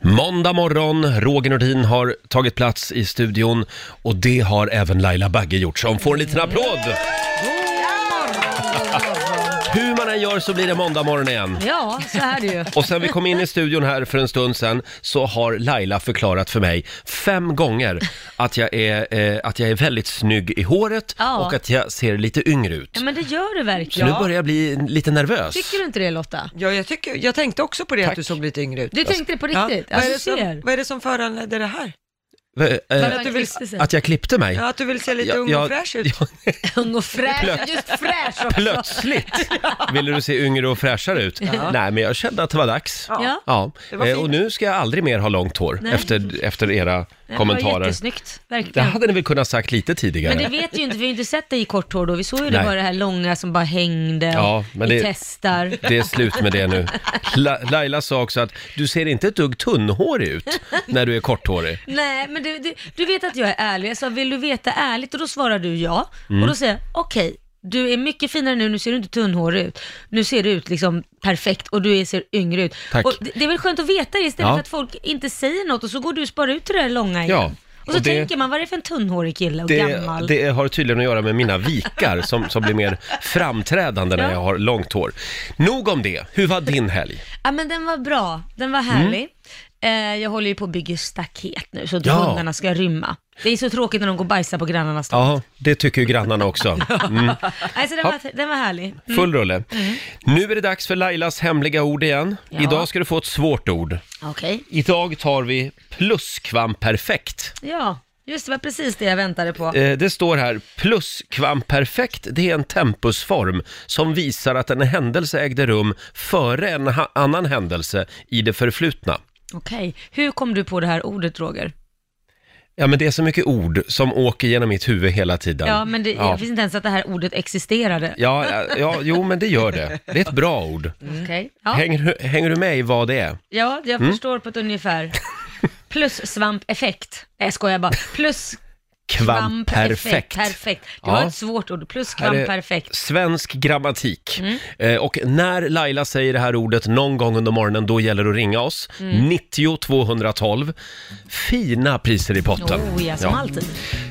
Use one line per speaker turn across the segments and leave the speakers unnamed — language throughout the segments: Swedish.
Måndag morgon, Roger Nordin har tagit plats i studion och det har även Laila Bagge gjort, så hon får en liten applåd! Hur man än gör så blir det måndag morgon igen.
Ja, så är det ju.
Och sen vi kom in i studion här för en stund sen så har Laila förklarat för mig fem gånger att jag är, eh, att jag är väldigt snygg i håret
Ja.
och att jag ser lite yngre ut.
Ja, men det gör du
Så
verkligen.
nu börjar jag bli lite nervös.
Tycker du inte det Lotta?
Ja, jag, tycker, jag tänkte också på det
Tack.
att du såg lite yngre ut.
Du tänkte det på
Ja,
riktigt?
vad, är
Alltså,
det
du
som,
ser.
vad är det som föranledde det här?
Eh, eh,
Att du vill sig.
Att jag klippte mig.
Ja, att du vill se lite
Jag-
ung och
jag-
fräsch ut?
Ung och fräsch,
Plöts-
just fräsch också.
Plötsligt ville du se yngre och fräschare ut. Nej, men jag kände att det var dags.
Ja.
Ja,
Det var
eh,
fint.
och nu ska jag aldrig mer ha långt hår
Nej.
efter, efter era
Det var
kommentarer.
jättesnyggt,
Det
verkligen.
hade ni väl kunnat sagt lite tidigare?
Men det vet ju inte, vi har ju inte sett dig i kort hår då. Vi såg ju det
Nej.
bara det här långa som bara hängde och
Ja, men
i
det-
testar.
Det är slut med det nu. La Laila sa också att du ser inte ett dugg tunnhårig ut när du är korthårig.
Nej, men du, du, du vet att jag är ärlig. Jag sa, vill du veta ärligt? Och då svarar du ja.
Mm.
Och då säger jag, okej, du är mycket finare nu, nu ser du inte tunnhårig ut. Nu ser du ut liksom perfekt och du är, ser yngre ut.
Tack.
Och det, det är väl skönt att veta det istället
Ja.
för att folk inte säger något och så går du och sparar ut det där långa igen.
Ja,
Och så
och det-
tänker man, vad är det för en tunnhårig kille och
Det,
gammal?
det har tydligen att göra med mina vikar som, som blir mer framträdande när
Ja.
jag har långt hår. Nog om det. Hur var din helg?
Ja men den var bra, den
Mm.
var härlig. Eh, jag håller ju på att bygga staket nu så att
Ja.
hundarna ska rymma. Det är så tråkigt när de går och bajsar på grannarnas tak.
Ja, det tycker ju grannarna också. Mm.
Alltså den var, den var härlig.
Full rulle. Nu är det dags för Lailas hemliga ord igen.
Mm. Ja.
Idag ska du få ett svårt ord.
Okej.
Idag tar vi pluskvamperfekt.
Ja, just det var precis det jag väntade på.
Eh, Det står här, pluskvamperfekt, det är en tempusform som visar att en händelse ägde rum före en ha- annan händelse i det förflutna.
Okej, hur kom du på det här ordet Roger?
Ja, men det är så mycket ord som åker genom mitt huvud hela tiden.
Ja, men det,
ja.
jag visste inte ens att det här ordet existerade.
Ja, ja, ja, jo, men det gör det. Det är ett bra ord.
Okej. Mm. Ja,
Hänger, du- hänger du med i vad det är?
ja, jag
Mm.
förstår på ett ungefär. Plus svampeffekt. Nej, jag skojar bara. Plus
Kvamperfekt.
Perfekt. Det
Ja.
var ett svårt ord. Plus
Här är
kvamperfekt.
Svensk grammatik.
Mm.
Eh, och när Laila säger det här ordet någon gång under morgonen, då gäller det att ringa oss.
Mm.
90 212. Fina priser i potten.
Oh ja, som
Ja.
alltid.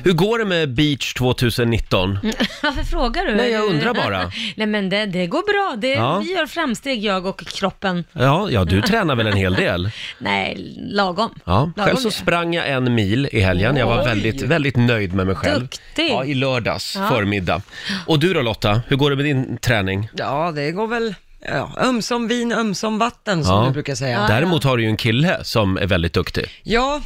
Hur går det med Beach 2019?
Mm. Varför frågar du?
Nej, jag undrar bara.
Nej, men det, det går bra. Det,
Ja.
Vi gör framsteg, jag och kroppen.
Ja, ja, du tränar väl en hel del?
Nej, lagom.
Ja.
Lagom
Själv så
det.
sprang jag en mil i helgen. Jag var
Oj.
väldigt, väldigt nöjd med mig själv.
Duktig.
Ja, i lördags
Ja.
förmiddag. Och du då Lotta, hur går det med din träning?
Ja, det går väl ja, ömsom vin, ömsom vatten som
Ja.
du brukar säga. Ja.
Däremot har du ju en kille som är väldigt duktig.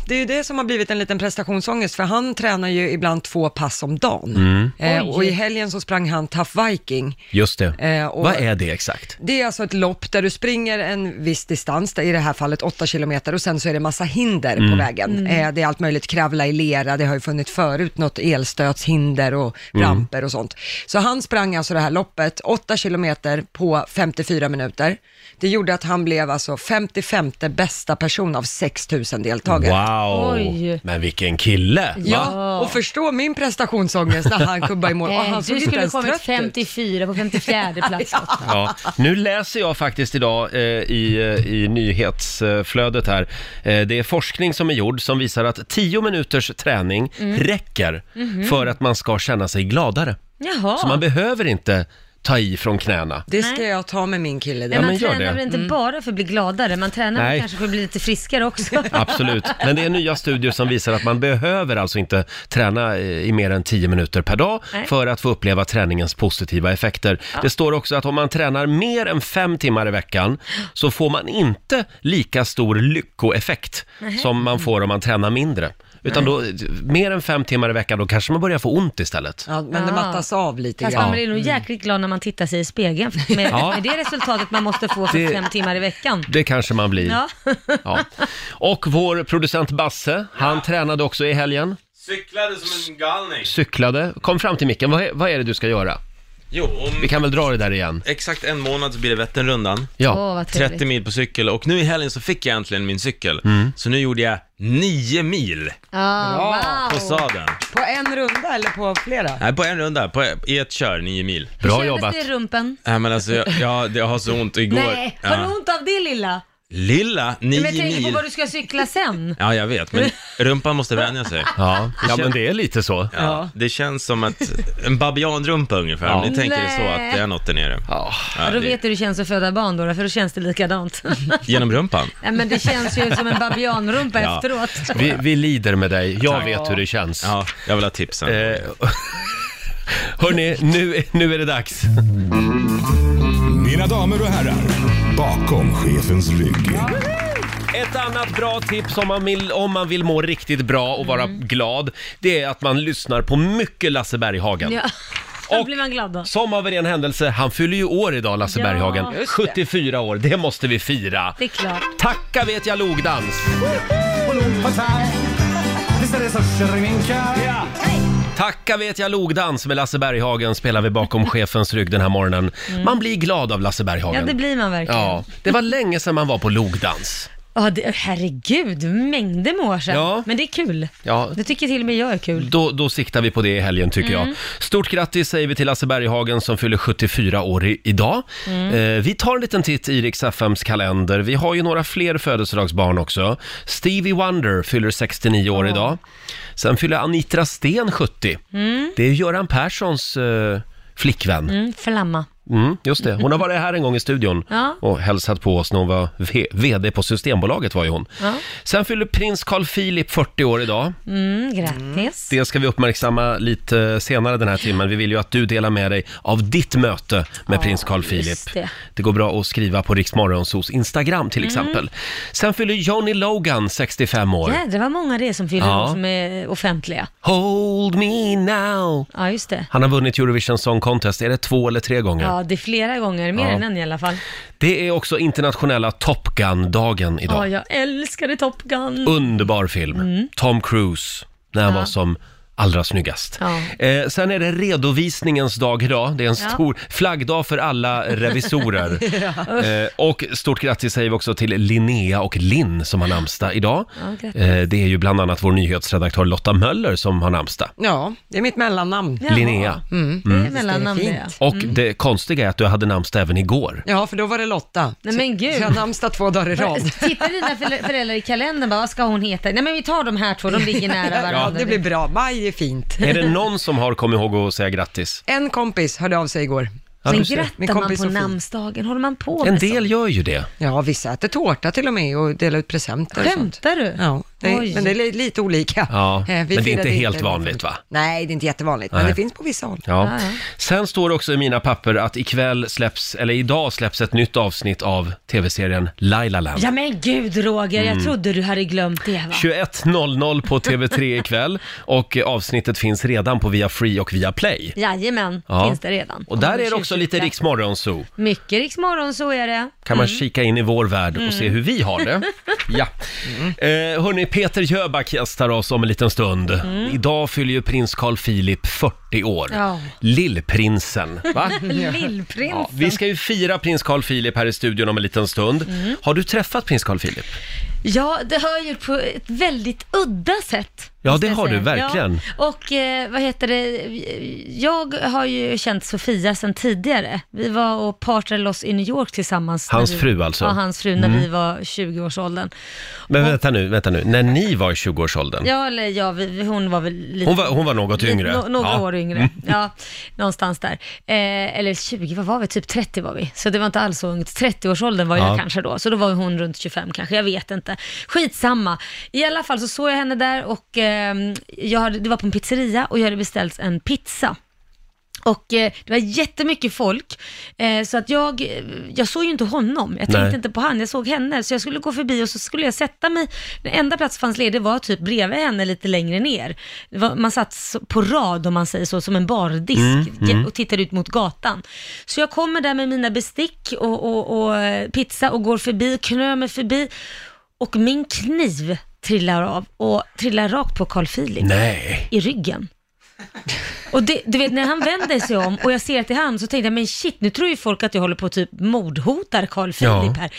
det är ju det som har blivit en liten prestationsångest, för han tränar ju ibland två pass om dagen. Eh, och i helgen så sprang han Tough Viking.
Just det.
Eh, och-
Vad är det exakt?
Det är alltså ett lopp där du springer en viss distans, i det här fallet 8 kilometer, och sen så är det massa hinder på vägen.
Mm.
Eh, Det är allt möjligt, kravla i lera, det har ju funnits förut något elstötshinder och ramper och sånt. Så han sprang alltså det här loppet, 8 kilometer på 54 minuter. Det gjorde att han blev alltså 55 bästa person av 6 000 deltagare.
Wow!
Oj.
Men vilken kille! Va?
Ja, och förstå min prestationsångest när han kubbade i mål. Och
Nej,
han
Eh, du
såg inte
skulle
ens
kommit
trött ut.
54 på 54 plats.
Ja. Nu läser jag faktiskt idag eh, i, eh, i nyhetsflödet här. Eh, det är forskning som är gjord som visar att 10 minuters träning
Mm.
räcker för att man ska känna sig gladare.
Mhm. Jaha.
Så man behöver inte ta i från knäna.
Det ska jag ta med min kille.
men
då.
Ja,
man
men gör
tränar
det.
väl
Mm.
inte bara för att bli gladare, man tränar
Nej.
väl kanske för att bli lite friskare också.
Absolut, men det är nya studier som visar att man behöver alltså inte träna eh, i mer än 10 minuter per dag
Nej.
för att få uppleva träningens positiva effekter. Det står också att om man tränar mer än 5 timmar i veckan så får man inte lika stor lyckoeffekt som
Mm.
man får om man tränar mindre. Utan då, mer än 5 timmar i veckan, då kanske man börjar få ont istället.
Ja, men det
Ah.
mattas av lite
Fast
grann.
man blir nog jäkligt glad när man tittar sig i spegeln med,
Mm. Ja.
med det resultatet man måste få för
Det-
fem timmar i veckan.
Det kanske man blir.
Ja.
Ja. Och vår producent Basse, han tränade också i helgen,
Cyklade som en galning.
cyklade. Kom fram till micken, vad är, vad är det du ska göra?
Jo,
Vi
om
kan väl dra det där igen?
exakt en månad så blir det Vätternrundan.
Ja.
Åh, vad
30
trevligt.
mil på cykel och nu i helgen så fick jag äntligen min cykel.
Mm.
Så nu gjorde jag 9 mil
Ah,
Bra.
på
wow.
sadeln.
På en runda eller på flera?
Nej, på en runda, på, i ett kör 9 mil.
Hur
Bra
kändes
jobbat.
det i rumpen?
Nej men alltså, jag, jag, jag har så ont igår.
Nej, har du ont av det lilla?
Lilla,
Men
nio
jag tänker på
mil.
vad du ska cykla sen.
Ja, jag vet, men rumpan måste vänja sig.
Ja, ja men det är lite så.
Ja, det känns som att en babianrumpa ungefär, om
Ja.
ni tänker det så
Nej.
att det är något där nere.
Ja.
Ja,
Ja, då
det-
vet du hur det känns att föda barn då, för då känns det likadant.
Genom rumpan?
Nej, men det känns ju som en babianrumpa
Ja.
efteråt.
Vi, vi lider med dig, jag vet hur det känns.
Ja, jag vill ha tipsen.
Eh, hörni, nu, nu är det dags.
Mina damer och herrar, bakom chefens rygg.
Ett annat bra tips om man vill, om man vill må riktigt bra och vara
Mm.
glad, det är att man lyssnar på mycket Lasse Berghagen.
Ja. Då
Och-
blir man glad då.
Som av en ren händelse, han fyller ju år idag, Lasse
Ja.
Berghagen.
Just det.
74 år, det måste vi fira.
Det är klart.
Tacka vet jag logdans! Tacka vet jag logdans med Lasse Berghagen spelar vi bakom chefens rygg den här morgonen. Man blir glad av Lasse Berghagen.
Mm. Ja, det blir man verkligen.
Ja,
Ja,
det var länge sedan man var på logdans.
det, herregud, mängder med år sedan.
Ja.
Men det är kul.
Ja.
Det tycker till och med jag är kul.
Då, då siktar vi på det i helgen tycker
Mm.
jag. Stort grattis säger vi till Lasse Berghagen som fyller 74 år i, idag.
Mm.
Eh, vi tar en liten titt i Rix FMs kalender. Vi har ju några fler födelsedagsbarn också. Stevie Wonder fyller 69 år idag. Sen fyller Anitra Sten 70. Det är Göran Perssons eh, flickvän.
Mm, flamma.
Mm, just det. Hon har varit här en gång i studion
Ja.
och hälsat på oss när hon var v- VD på Systembolaget var ju hon.
Ja.
Sen fyller prins Carl Philip 40 år idag.
Mm, grattis.
Det ska vi uppmärksamma lite senare den här timmen. Vi vill ju att du delar med dig av ditt möte med prins Carl Philip.
just det. Mm.
Det går bra att skriva på Riksmorgonsos Instagram till exempel. Sen fyller Johnny Logan 65 år.
Jädrar vad många det är som fyller
Mm. Ja.
år som är offentliga.
Hold me now.
Ja, just det.
Han har vunnit Eurovision Song Contest, är det två eller tre gånger?
Ja, det är flera gånger, mer
Ja.
än en i alla fall.
Det är också internationella Top Gun-dagen
Ja,
idag.
jag älskade Top Gun.
Underbar film. Tom Cruise, när han var som allra snyggast.
Ja.
Eh, sen är det redovisningens dag idag. Det är en
Ja.
stor flaggdag för alla revisorer. eh, och stort grattis säger vi också till Linnea och Linn som har namnsdag idag.
Ja, grattis.
eh, det är ju bland annat vår nyhetsredaktör Lotta Möller som har namnsdag.
Ja, det är mitt mellannamn.
Jaha.
Linnea. Mm.
Det är mellannamn
Det är
det,
Mm. fint.
ja.
Och det konstiga är att du hade namnsdag även igår.
Ja, för då var det Lotta.
Nej, men
Så
gud.
jag har namnsdag två dagar i rad.
Tittar dina förä- föräldrar i kalendern bara, vad ska hon heta? Nej men vi tar de här två, de ligger nära varandra.
Ja, det blir bra. Maj är fint.
Är det någon som har kommit ihåg att säga grattis?
En kompis hörde av sig igår.
Ja,
men
du ser.
Min
grattar man på
kompis Sofie.
namnsdagen? Håller man på
En
med
del
sånt?
gör ju det.
Ja, vissa äter tårta till och med och delar ut presenter och sånt.
Skämtar du?
Ja, det
Oj.
är, men det är li- lite olika.
Ja,
Eh, vi
men det är
firade
inte helt vanligt, va?
Nej, det är inte jättevanligt, men
Nej.
det finns på vissa håll.
Ja.
Ja, ja.
Sen står det också i mina papper att ikväll släpps, eller idag släpps ett nytt avsnitt av tv-serien Laila Land.
Ja men gud Roger,
Mm.
jag trodde du hade glömt det va?
21.00 på TV3 ikväll och eh, avsnittet finns redan på via Free och via Play.
Jajamän,
Ja.
finns det redan.
Och där
Kommer
är det också
2024.
lite Riksmorgonzoo.
Mycket Riksmorgon, så är det.
Kan man kika in i vår värld
Mm.
och se hur vi har det. Ja. Eh, hörni, Peter Jöback gästar oss om en liten stund. Idag fyller ju prins Carl Philip 40 år.
Mm. Ja.
Lillprinsen, va? Ja,
Lillprinsen.
vi ska ju fira prins Carl Philip här i studion om en liten stund.
Mm.
Har du träffat prins Carl Philip?
Ja, det har jag gjort på ett väldigt udda sätt.
Ja,
måste
det
jag
har
säga.
du verkligen.
Ja, och eh, vad heter det, jag har ju känt Sofia sedan tidigare. Vi var och partade loss i New York tillsammans. när
Hans
vi,
fru alltså?
Ja, hans fru när vi var 20-årsåldern.
Men vänta nu, vänta nu. När ni var i 20-årsåldern?
Ja, eller ja, vi, vi- hon var väl lite...
Hon var, hon var något
lite-
yngre.
nå- några
Ja. Mm.
år yngre, ja, någonstans där. Eh, eller 20, vad var vi? Typ 30 var vi. Så det var inte alls så ungt. 30-årsåldern var
Ja.
jag kanske då, så då var ju hon runt 25 kanske, jag vet inte. Skitsamma. I alla fall så såg jag henne där och ehm, jag hade, det var på en pizzeria och jag hade beställt en pizza. Och eh, det var jättemycket folk, eh, så att jag, eh, jag såg ju inte honom. Jag tänkte
Nej.
inte på han, jag såg henne. Så jag skulle gå förbi och så skulle jag sätta mig. Den enda plats som fanns ledig var typ bredvid henne lite längre ner. Det var, man satt så- på rad, om man säger så, som en bardisk ge- och tittade ut mot gatan. Så jag kommer där med mina bestick och, och, och eh, pizza och går förbi, knö mig förbi och min kniv trillar av och trillar rakt på Carl Philip
Nej.
i ryggen. Och det, du vet när han vänder sig om och jag ser att det är han så tänkte jag, men shit nu tror ju folk att jag håller på och typ mordhotar Carl Philip här.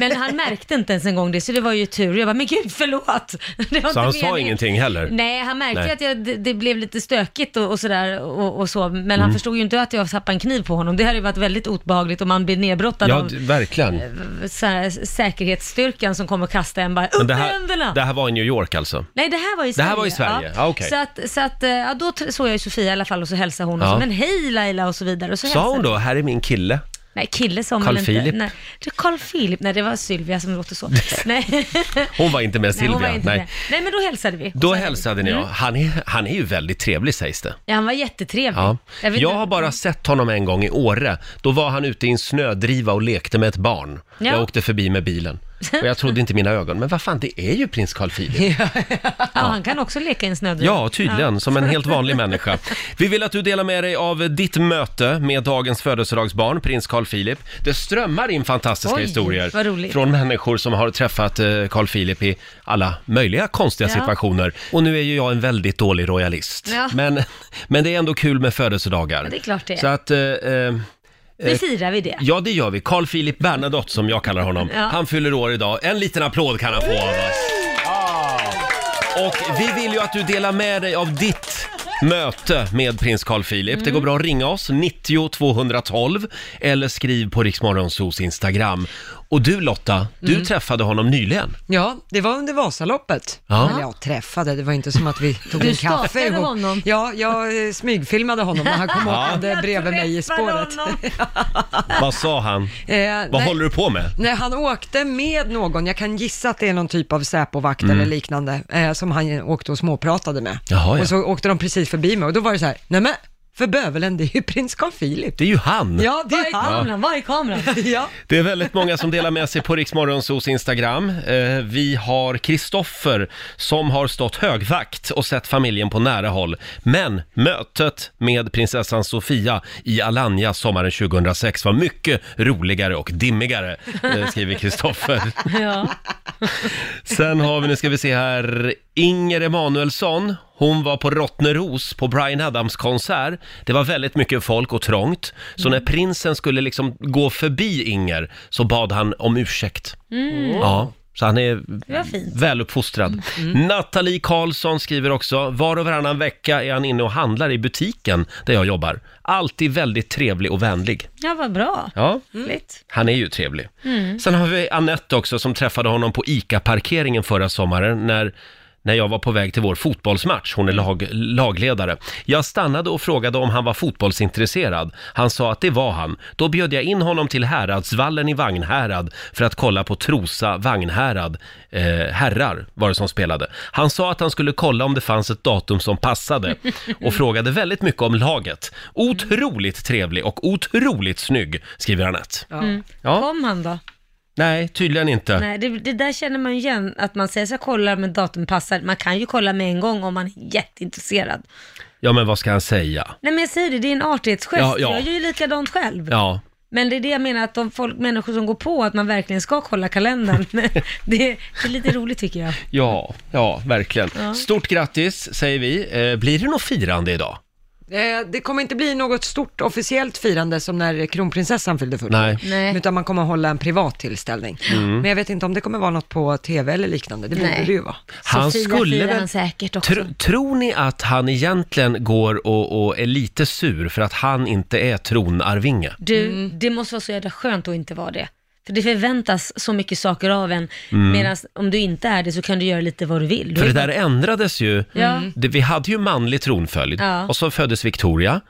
Men han märkte inte ens en gång det så det var ju tur. Jag bara, men gud förlåt. Det var
Så han
inte
sa
meningen.
ingenting heller?
Nej, han märkte
Nej.
ju att jag, det, det blev lite stökigt och, och sådär och, och så, men
Mm.
han förstod ju inte att jag tappade en kniv på honom. Det hade ju varit väldigt obehagligt om man blir nedbrottad
Ja,
av
d- verkligen.
Eh, så här, säkerhetsstyrkan som kommer och kastar en bara, upp
Men det,
med händerna!
här, det här var i New York alltså?
Nej, det här var i
Det
Sverige.
här var i Sverige. Ja, okej.
Så att, så att, eh, ja, då tr- såg jag ju Sofia i alla fall och så hälsade hon och
Ja.
så, men hej Laila och så vidare. Och så
Sa hon
hälsade-
då, här är min kille?
Nej, kille som
Carl
väl inte.
Philip?
Nej, det är Carl Philip. Nej, det var Sylvia som låter så. Nej,
Hon var inte med
Nej,
Silvia.
hon var
Nej,
inte Nej. Nej, men då hälsade vi.
Då
Så- Mm.
hälsade ni, ja. Han är, han är ju väldigt trevlig sägs det.
Ja, han var jättetrevlig.
Ja.
Jag vet
Jag
inte-
har bara sett honom en gång i Åre. Då var han ute i en snödriva och lekte med ett barn.
Ja.
Jag åkte förbi med bilen. Och jag trodde inte mina ögon. Men vad fan, det är ju prins Carl Philip.
Ja, han kan också leka i en snödriva.
Ja, tydligen. Som en helt vanlig människa. Vi vill att du delar med dig av ditt möte med dagens födelsedagsbarn, prins Carl Philip. Det strömmar in fantastiska
Oj,
historier
vad roligt.
från människor som har träffat eh, Carl Philip i alla möjliga konstiga
Ja.
situationer. Och nu är ju jag en väldigt dålig royalist.
Ja.
Men, men det är ändå kul med födelsedagar.
Ja, det är klart det är.
Så att... eh, eh,
Nu firar vi det.
Ja, det gör vi. Carl Philip Bernadotte, som jag kallar honom.
Ja.
Han fyller år idag. En liten applåd kan han få av oss. Och vi vill ju att du delar med dig av ditt möte med prins Carl Philip. Det
Mm.
går bra att ringa oss, 90 212, eller skriv på Riksmorgonsos Instagram. Och du Lotta, du
Mm.
träffade honom nyligen.
Ja, det var under Vasaloppet.
Ja.
Eller jag träffade, det var inte som att vi tog
Du
en kaffe
stalkade honom.
Ja, jag eh, smygfilmade honom när han kom åkande bredvid mig i spåret.
Vad sa han?
Eh,
Vad
nej.
håller du på med?
Nej, han åkte med någon, jag kan gissa att det är någon typ av Säpovakt eller liknande, eh, som han åkte och småpratade med.
Mm. Jaha, ja.
Och så åkte de precis förbi mig och då var det så här, nej men, för bövelen, det är ju prins Carl Philip.
Det är ju han!
Ja, det är han.
Kameran, var är kameran?
Ja.
Det är väldigt många som delar med sig på Riksmorgonsos Instagram. Eh, vi har Kristoffer som har stått högvakt och sett familjen på nära håll. Men mötet med prinsessan Sofia i Alanya sommaren 2006 var mycket roligare och dimmigare, eh, skriver Kristoffer.
Ja.
Sen har vi, nu ska vi se här, Inger Emanuelsson. Hon var på Rottneros på Bryan Adams konsert. Det var väldigt mycket folk och trångt. Så
Mm.
när prinsen skulle liksom gå förbi Inger så bad han om ursäkt. Ja, så han är
Mm. Det var fint. Mm.
väluppfostrad. Nathalie Karlsson skriver också, var och varannan vecka är han inne och handlar i butiken där jag jobbar. Alltid väldigt trevlig och vänlig.
Ja, vad bra.
Ja.
Roligt.
Han är ju trevlig. Sen har vi Annette också som träffade honom på ICA-parkeringen förra sommaren när, när jag var på väg till vår fotbollsmatch. Hon är lag, lagledare. Jag stannade och frågade om han var fotbollsintresserad. Han sa att det var han. Då bjöd jag in honom till Häradsvallen i Vagnhärad för att kolla på Trosa Vagnhärad. Eh, herrar var det som spelade. Han sa att han skulle kolla om det fanns ett datum som passade och frågade väldigt mycket om laget. Otroligt trevlig och otroligt snygg, skriver Anette. Ja.
Kom han då?
Nej, tydligen inte.
Nej, det, det där känner man ju igen, att man säger så här, kollar men datum passar. Man kan ju kolla med en gång om man är jätteintresserad.
Ja, men vad ska han säga?
Nej men jag säger det, det är en artighetsgest.
Ja, ja.
Jag gör ju likadant själv.
Ja,
Men det är det jag menar, att de folk, människor som går på att man verkligen ska kolla kalendern, det, är- det är lite roligt tycker jag.
ja, ja, verkligen. Stort grattis säger vi. Eh, blir det något firande idag?
Eh, Det kommer inte bli något stort officiellt firande som när kronprinsessan fyllde 40.
Nej. Mm.
Nej.
Utan man kommer hålla en privat tillställning. Men jag vet inte om det kommer vara något på tv eller liknande. Det borde
Nej.
det ju vara.
Han
Sofia
skulle
firar
väl-
han säkert också.
Tr tror ni att han egentligen går och, och är lite sur för att han inte är tronarvinge?
Du, det måste vara så jävla skönt att inte vara det. För det förväntas så mycket saker av en, medan om du inte är det så kan du göra lite vad du vill. Du
Mm. För det
är-
där ändrades ju. Mm.
Ja.
Det, vi hade ju manlig tronföljd
Ja.
och så föddes Victoria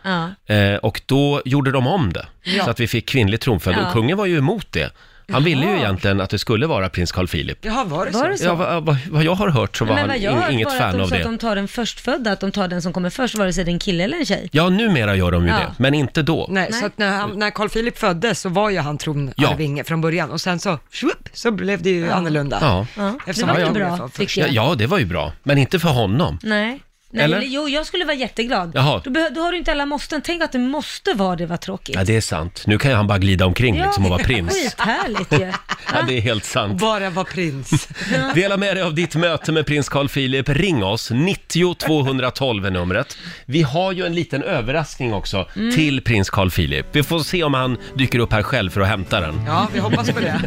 Ja.
eh, och då gjorde de om det så att vi fick kvinnlig tronföljd
Ja.
och kungen var ju emot det. Han ville ju egentligen att det skulle vara prins Carl Philip.
Jaha, var det så?
Var det så?
Ja, vad, vad, vad jag har hört så var
Men
han
vad jag har
ing- inget
hört var att
fan
de
av
sa att
det.
de tar den förstfödda, att de tar den som kommer först, vare sig det är en kille eller en tjej.
Ja, numera gör de ju
Ja.
det, men inte då.
Nej, så att när, han, när Carl Philip föddes så var ju han tronarvinge från början och sen så, schwupp, så blev det ju annorlunda.
Ja.
Ja, det
Eftersom
var
han
ju
tog
bra,
det för-
tycker
Ja,
jag.
ja, det var ju bra, men inte för honom.
Nej. Nej,
Eller?
eller? Jo, jag skulle vara jätteglad.
Jaha.
Då, behö- då har du inte alla måsten. Tänk att det måste vara det var tråkigt.
Ja, det är sant. Nu kan ju han bara glida omkring liksom och vara prins.
Skithärligt ju.
Ja, det är helt sant.
Bara vara prins.
Dela med dig av ditt möte med prins Carl Philip. Ring oss, 90 212 är numret. Vi har ju en liten överraskning också
Mm.
till prins Carl Philip. Vi får se om han dyker upp här själv för att hämta den.
Ja, vi hoppas på det.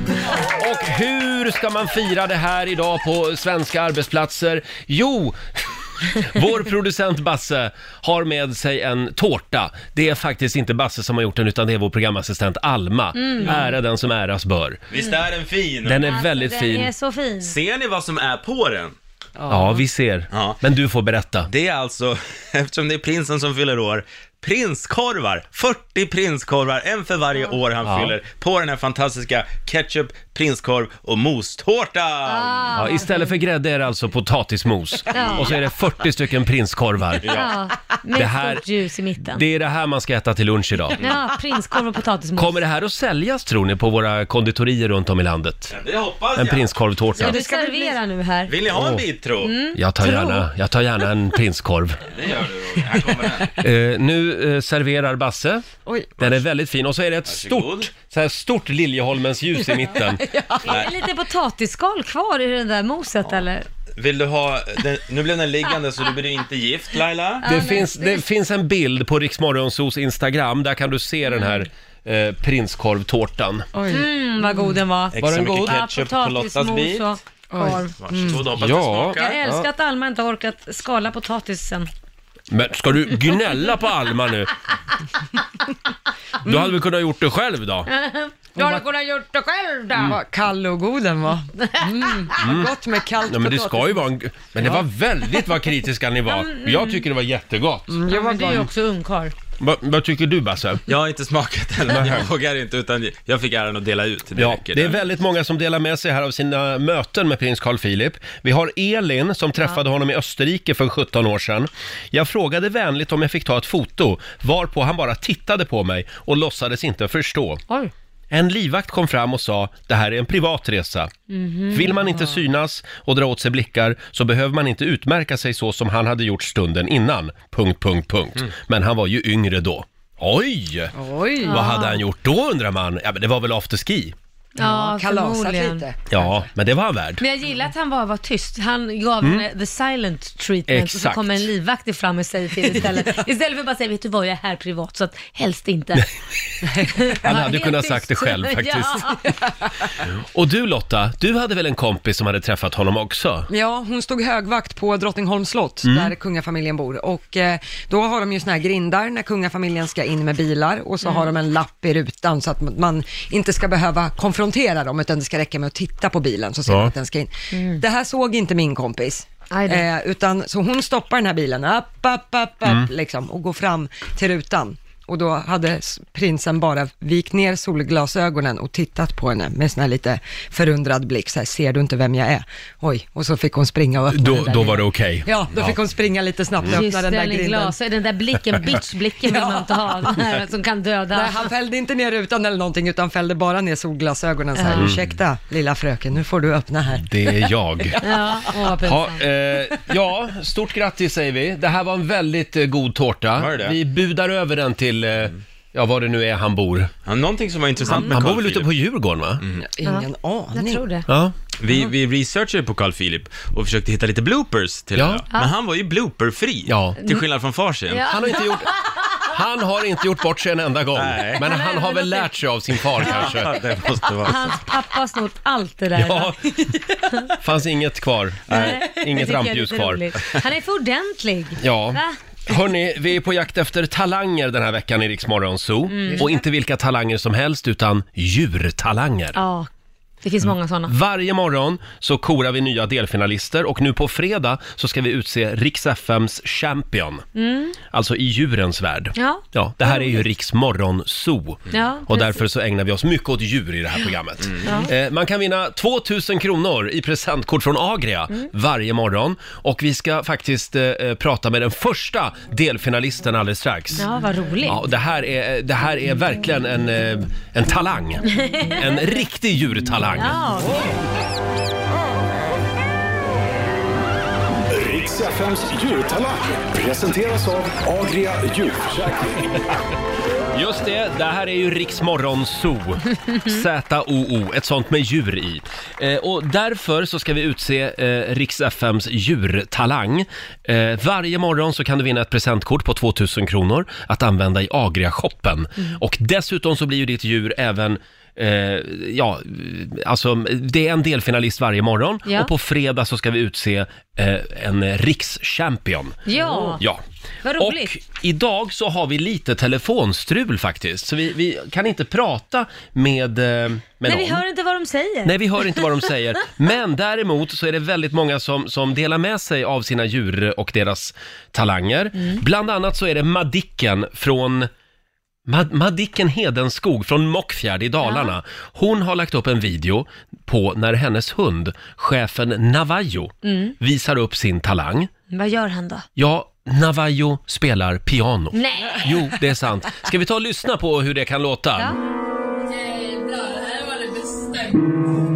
Och hur ska man fira det här idag på svenska arbetsplatser? Jo, vår producent Basse har med sig en tårta. Det är faktiskt inte Basse som har gjort den utan det är vår programassistent Alma.
Mm.
Ära den som äras bör.
Visst är den fin?
Den är väldigt
Alltså, den
fin.
är så fin.
Ser ni vad som är på den?
Ja, vi ser.
Ja.
Men du får berätta.
Det är alltså, eftersom det är prinsen som fyller år, prinskorvar. 40 prinskorvar, en för varje år han
Ja.
fyller, på den här fantastiska ketchup, prinskorv och mostårtan.
Ja, istället för grädde är det alltså potatismos.
Ja.
Och så är det 40 stycken prinskorvar.
Ja, med
Det här-
stort ljus i mitten.
Det är det här man ska äta till lunch idag.
Ja, prinskorv och potatismos.
Kommer det här att säljas tror ni på våra konditorier runt om i landet?
Det hoppas
En
jag.
Ja,
prinskorvtårta.
du serverar nu här.
Vill ni ha en bit tro?
Jag tar gärna, jag tar gärna en prinskorv.
Det gör du Roger. Här kommer den.
Eh, nu eh, serverar Basse.
Oj.
Den är väldigt fin. Och så är det ett
Varsågod.
stort, så här stort Liljeholmens ljus i mitten.
Är det lite potatisskal kvar i det där moset eller?
Vill du ha, den, nu blev den liggande så du blir inte gift Laila.
Det finns, det finns en bild på Riksmorgonsos Instagram. Där kan du se den här eh, prinskorvtårtan.
Mm, vad god den var.
Extra
Var den
mycket
god?
ketchup på Lottas bit.
och korv.
Varsågod, hoppas
Mm. Ja.
det smakar.
Jag älskar att Alma inte har orkat skala potatisen.
Men ska du gnälla på Alma nu? Du hade väl kunnat gjort det själv då?
Du hade kunnat gjort det själv då!
Mm,
Mm. Vad kall och god den var. Mm. Vad gott med kallt
Ja, men det
potatis.
ska ju vara en... Men det var väldigt vad kritiska ni var. Jag tycker det var jättegott.
Mm, jag var
Men du är ju
gott.
också ungkarl.
Va, vad tycker du Basse?
Jag har inte smakat den, men jag vågar inte utan jag fick äran att dela ut. Det
Ja,
räcker
det är
där.
väldigt många som delar med sig här av sina möten med prins Carl Philip. Vi har Elin som träffade honom i Österrike för 17 år sedan. Jag frågade vänligt om jag fick ta ett foto, varpå han bara tittade på mig och låtsades inte förstå.
Oj.
En livvakt kom fram och sa, det här är en privat resa. Vill man inte synas och dra åt sig blickar så behöver man inte utmärka sig så som han hade gjort stunden innan. Punkt, punkt, punkt. Men han var ju yngre då. Oj!
Oj.
Vad hade han gjort då undrar man? Ja, men det var väl afterski?
Ja,
Kalasat
förmodligen.
lite.
Ja, men det var han värd.
Men jag gillar att han bara var tyst. Han gav henne the silent treatment och så
Mm. Exakt.
kommer en livvakt fram och säger till istället. Istället för att bara säga, vet du vad, jag är här privat så att helst inte.
Han
Ja,
hade ju
helt
kunnat
tyst.
sagt det själv faktiskt.
ja.
Och du Lotta, du hade väl en kompis som hade träffat honom också?
Ja, hon stod högvakt på Drottningholms slott, där kungafamiljen bor. Och eh, då har de ju såna här grindar när kungafamiljen ska in med bilar och så har de en lapp i rutan så att man inte ska behöva konfrontera dem, utan det ska räcka med att titta på bilen så ser
Ja.
man att den ska in. Det här såg inte min kompis.
Aj då.
Eh, utan, så hon stoppar den här bilen, upp, upp, upp, upp,
Mm.
liksom, och går fram till rutan. Och då hade s- prinsen bara vikt ner solglasögonen och tittat på henne med sån här lite förundrad blick, så här, ser du inte vem jag är? Oj, och så fick hon springa och öppna
Då,
den där
då var Mm.
bilen.
det okej.
Ja, då fick hon springa lite snabbt och
Just
öppna den där
den i
grinden.
glas, den där blicken, bitchblicken vill man inte ha, den här som kan döda.
Nej, han fällde inte ner rutan eller någonting, utan fällde bara ner solglasögonen så här,
Mm.
ursäkta lilla fröken, nu får du öppna här.
Det är jag.
Ja, åh vad pinsamt.
Ja, eh, ja, stort grattis säger vi. Det här var en väldigt eh, god tårta.
Var det det?
Vi budar över den till, eh, ja var det nu är han bor.
Ja, någonting som var intressant med
Han
Mm. Carl
bor väl ute
Philip. Mm.
på Djurgården va?
Ingen
Jag
aning.
tror det.
Ja.
Vi, vi researchade på Carl Philip och försökte hitta lite bloopers till
Ja.
henne. Men han var ju blooperfri,
Ja.
till skillnad från far sin.
Ja.
Han, har inte gjort, han har inte gjort bort sig en enda gång.
Nej.
Men han har väl lärt sig av sin far kanske.
Ja, det måste vara så.
Hans pappa har snott allt det där.
Ja, fanns inget kvar.
Nej, det
Inget
tycker jag är
rampljus
lite
kvar.
roligt. Han är för ordentlig.
Ja.
Va?
Hörni, vi är på jakt efter talanger den här veckan i Rix Morgon Zoo. Och inte vilka talanger som helst, utan djurtalanger.
Ja, det
Mm.
finns många sådana.
Varje morgon så korar vi nya delfinalister och nu på fredag så ska vi utse Rix FMs champion. Alltså i djurens värld.
Mm. Ja.
ja det här är ju Rix Morgon Zoo.
Ja,
och
precis. Mm.
därför så ägnar vi oss mycket åt djur i det här programmet. Eh, man kan vinna 2000 kronor i presentkort från Agria
Mm.
varje morgon. Och vi ska faktiskt eh, eh, prata med den första delfinalisten alldeles strax.
Ja, vad roligt.
Ja, det här är, eh, det här är verkligen en, eh, en talang. En riktig djurtalang.
Ja,
Riks riks djurtalang presenteras av Agria djurförsäkring.
Just det, det här är ju Riks Morgonzoo. Z-O-O, ett sånt med djur i. Eh, och därför så ska vi utse eh, Riks FMs djurtalang. Eh, varje morgon så kan du vinna ett presentkort på 2000 kronor att använda i Agria-shoppen.
Mm.
Och dessutom så blir ju ditt djur även Eh, ja, alltså det är en delfinalist varje morgon
Ja.
och på fredag så ska vi utse eh, en rikschampion.
Ja.
Ja.
Vad roligt.
Och idag så har vi lite telefonstrul faktiskt, så vi, vi kan inte prata med, eh, med
Nej,
någon.
vi hör inte vad de säger.
Nej, vi hör inte vad de säger. Men däremot så är det väldigt många som, som delar med sig av sina djur och deras talanger.
Mm.
Bland annat så är det Madicken från Mad- Madicken Hedenskog från Mockfjärd i Dalarna. Hon har lagt upp en video på när hennes hund, chefen Navajo,
Mm.
visar upp sin talang.
Vad gör han då?
Ja, Navajo spelar piano.
Nej.
Jo, det är sant. Ska vi ta och lyssna på hur det kan låta?
Ja.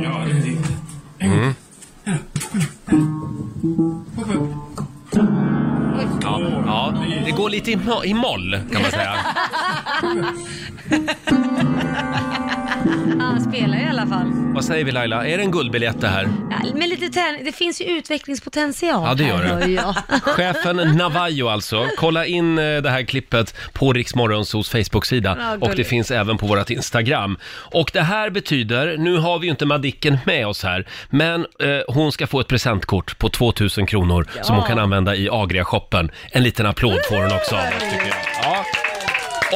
Ja, det är riktigt. Mm.
Ja, ja. Det går lite i, mo- i moll, kan man säga.
Ja, han spelar i alla fall.
Vad säger vi Laila, är det en guldbiljett det här?
Ja, men lite träning, det finns ju utvecklingspotential.
Ja, det gör
här,
det.
hör jag.
Chefen Navajo alltså. Kolla in eh, det här klippet på Riksmorgonsos Facebook-sida
Ja,
och det
gulligt.
finns även på vårt Instagram. Och det här betyder, nu har vi ju inte Madicken med oss här, men eh, hon ska få ett presentkort på 2000 kronor som hon kan använda i Agria-shoppen. En liten applåd får hon också av oss tycker jag. Ja.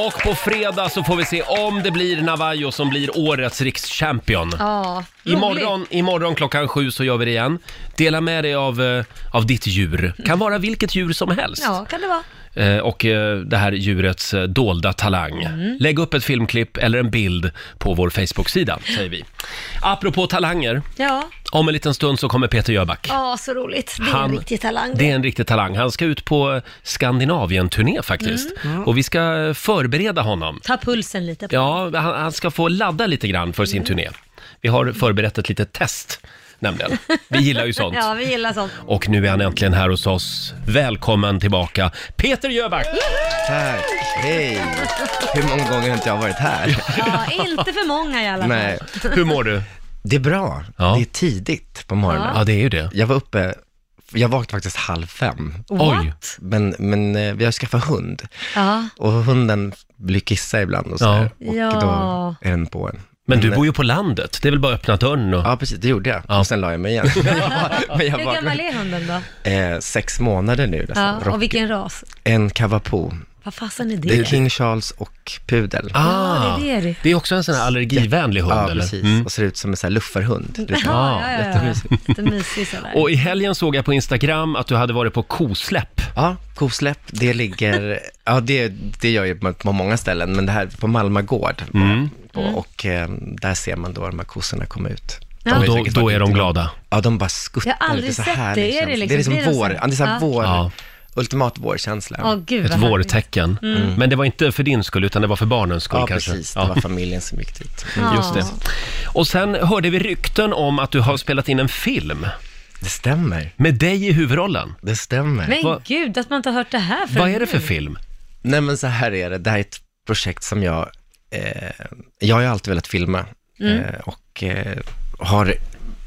Och på fredag så får vi se om det blir Navajo som blir årets rikschampion.
Ja, roligt.
Imorgon, imorgon klockan sju så gör vi det igen. Dela med dig av, eh, av ditt djur. Kan vara vilket djur som helst.
Ja, kan det vara.
Eh, Och eh, det här djurets eh, dolda talang.
Mm.
Lägg upp ett filmklipp eller en bild på vår Facebook-sida, säger vi. Apropå talanger,
Ja,
om en liten stund så kommer Peter Jöback.
ja så roligt. Det är
Han-
en riktig talang.
Det är en riktig talang. Han ska ut på Skandinavien-turné faktiskt.
Mm,
Och vi ska eh, förbereda honom.
Ta pulsen lite. på-
Ja, han, han ska få ladda lite grann för
Mm.
sin turné. Vi har förberett ett litet test, nämligen. Vi gillar ju sånt.
Ja, vi gillar sånt.
Och nu är han äntligen här hos oss. Välkommen tillbaka, Peter Jöback!
Tack, hej! Hur många gånger har inte jag varit här?
Ja, inte för många i alla fall.
Nej,
Hur mår du?
det är bra.
Ja.
Det är tidigt på morgonen.
Ja, det är ju det.
Jag var uppe, jag vaknade faktiskt halv fem,
What?
Oj.
men, men eh, vi har skaffat hund.
Ja.
Och hunden blir kissa ibland och så
Ja.
här. och
Ja.
då är den på en.
Men
Mm.
du bor ju på landet. Det är väl bara att öppna dörren och...
Ja, precis, det gjorde jag. Och sen la jag mig igen. men jag
Hur
vaknade-
gammal är hunden
Alltså,
då?
eh, Sex månader nu nästan.
Ja,
Rock-
och vilken ras?
En kavapo.
Vad fasen är det?
Det är King Charles och pudel.
Ah,
Ja, det är det.
det är också en sån här allergivänlig hund,
ja,
eller? Mm.
precis. Och ser ut som en så här luffarhund. Lite-
Ja, ja, ja, ja.
jättemysigt.
Lite mysig sådär.
Och i helgen såg jag på Instagram att du hade varit på kosläpp.
Ja, kosläpp, det ligger, ja det, det gör ju på- på många ställen, men det här på Malma gård, var
Mm.
jag på,
Mm.
och eh, där ser man då de här kossorna komma ut. De har
Och
ju
då,
säkert
då
varit
är de
ute.
glada.
Ja, de bara skuttar
Jag har aldrig
lite så
sett
här,
det. Är det liksom-
det är liksom
blir det så
vår,
här?
ja, det är så här
Ja.
vår,
Ja.
ultimat vårkänsla.
Åh, gud,
Ett
vad härligt. Mm.
vårtecken. Mm. Men det var inte för din skull, utan det var för barnens skull
ja,
kanske.
precis,
Ja.
det var familjen som gick dit.
Ja.
Just det. Och sen hörde vi rykten om att du har spelat in en film
Det stämmer,
med dig i huvudrollen.
det stämmer.
Men
Vad-
gud, att man inte har hört det här förrän
Vad är det för
nu.
film?
Nej men så här är det, det här är ett projekt som jag, eh, jag har ju alltid velat filma
Mm.
eh, och eh, har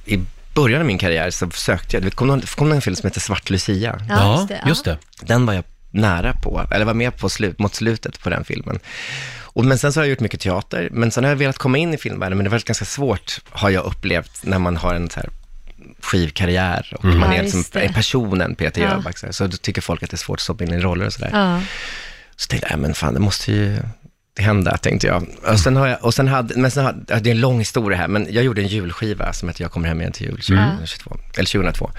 i början av min karriär så sökte jag, du vet, kom, det- kom det en film som heter Svart Lucia?
Ja, just det. Ja.
just det.
Den var jag nära på, eller var med på slut, mot slutet på den filmen. Och, men sen så har jag gjort mycket teater, men sen har jag velat komma in i filmvärlden, men det var ganska svårt, har jag upplevt, när man har en så här skivkarriär och man
Mm. Ja,
är liksom
just det.
är personen Peter
Ja.
Jöback, så, här, så då tycker folk att det är svårt att stoppa in i roller och sådär.
Ja.
Så tänkte jag, "Nej, men fan, det måste ju hända, tänkte jag. Och sen har jag, och sen hade, men sen hade, ja, det är en lång historia här, men jag gjorde en julskiva som heter Jag kommer hem igen till jul 2022, eller 2002.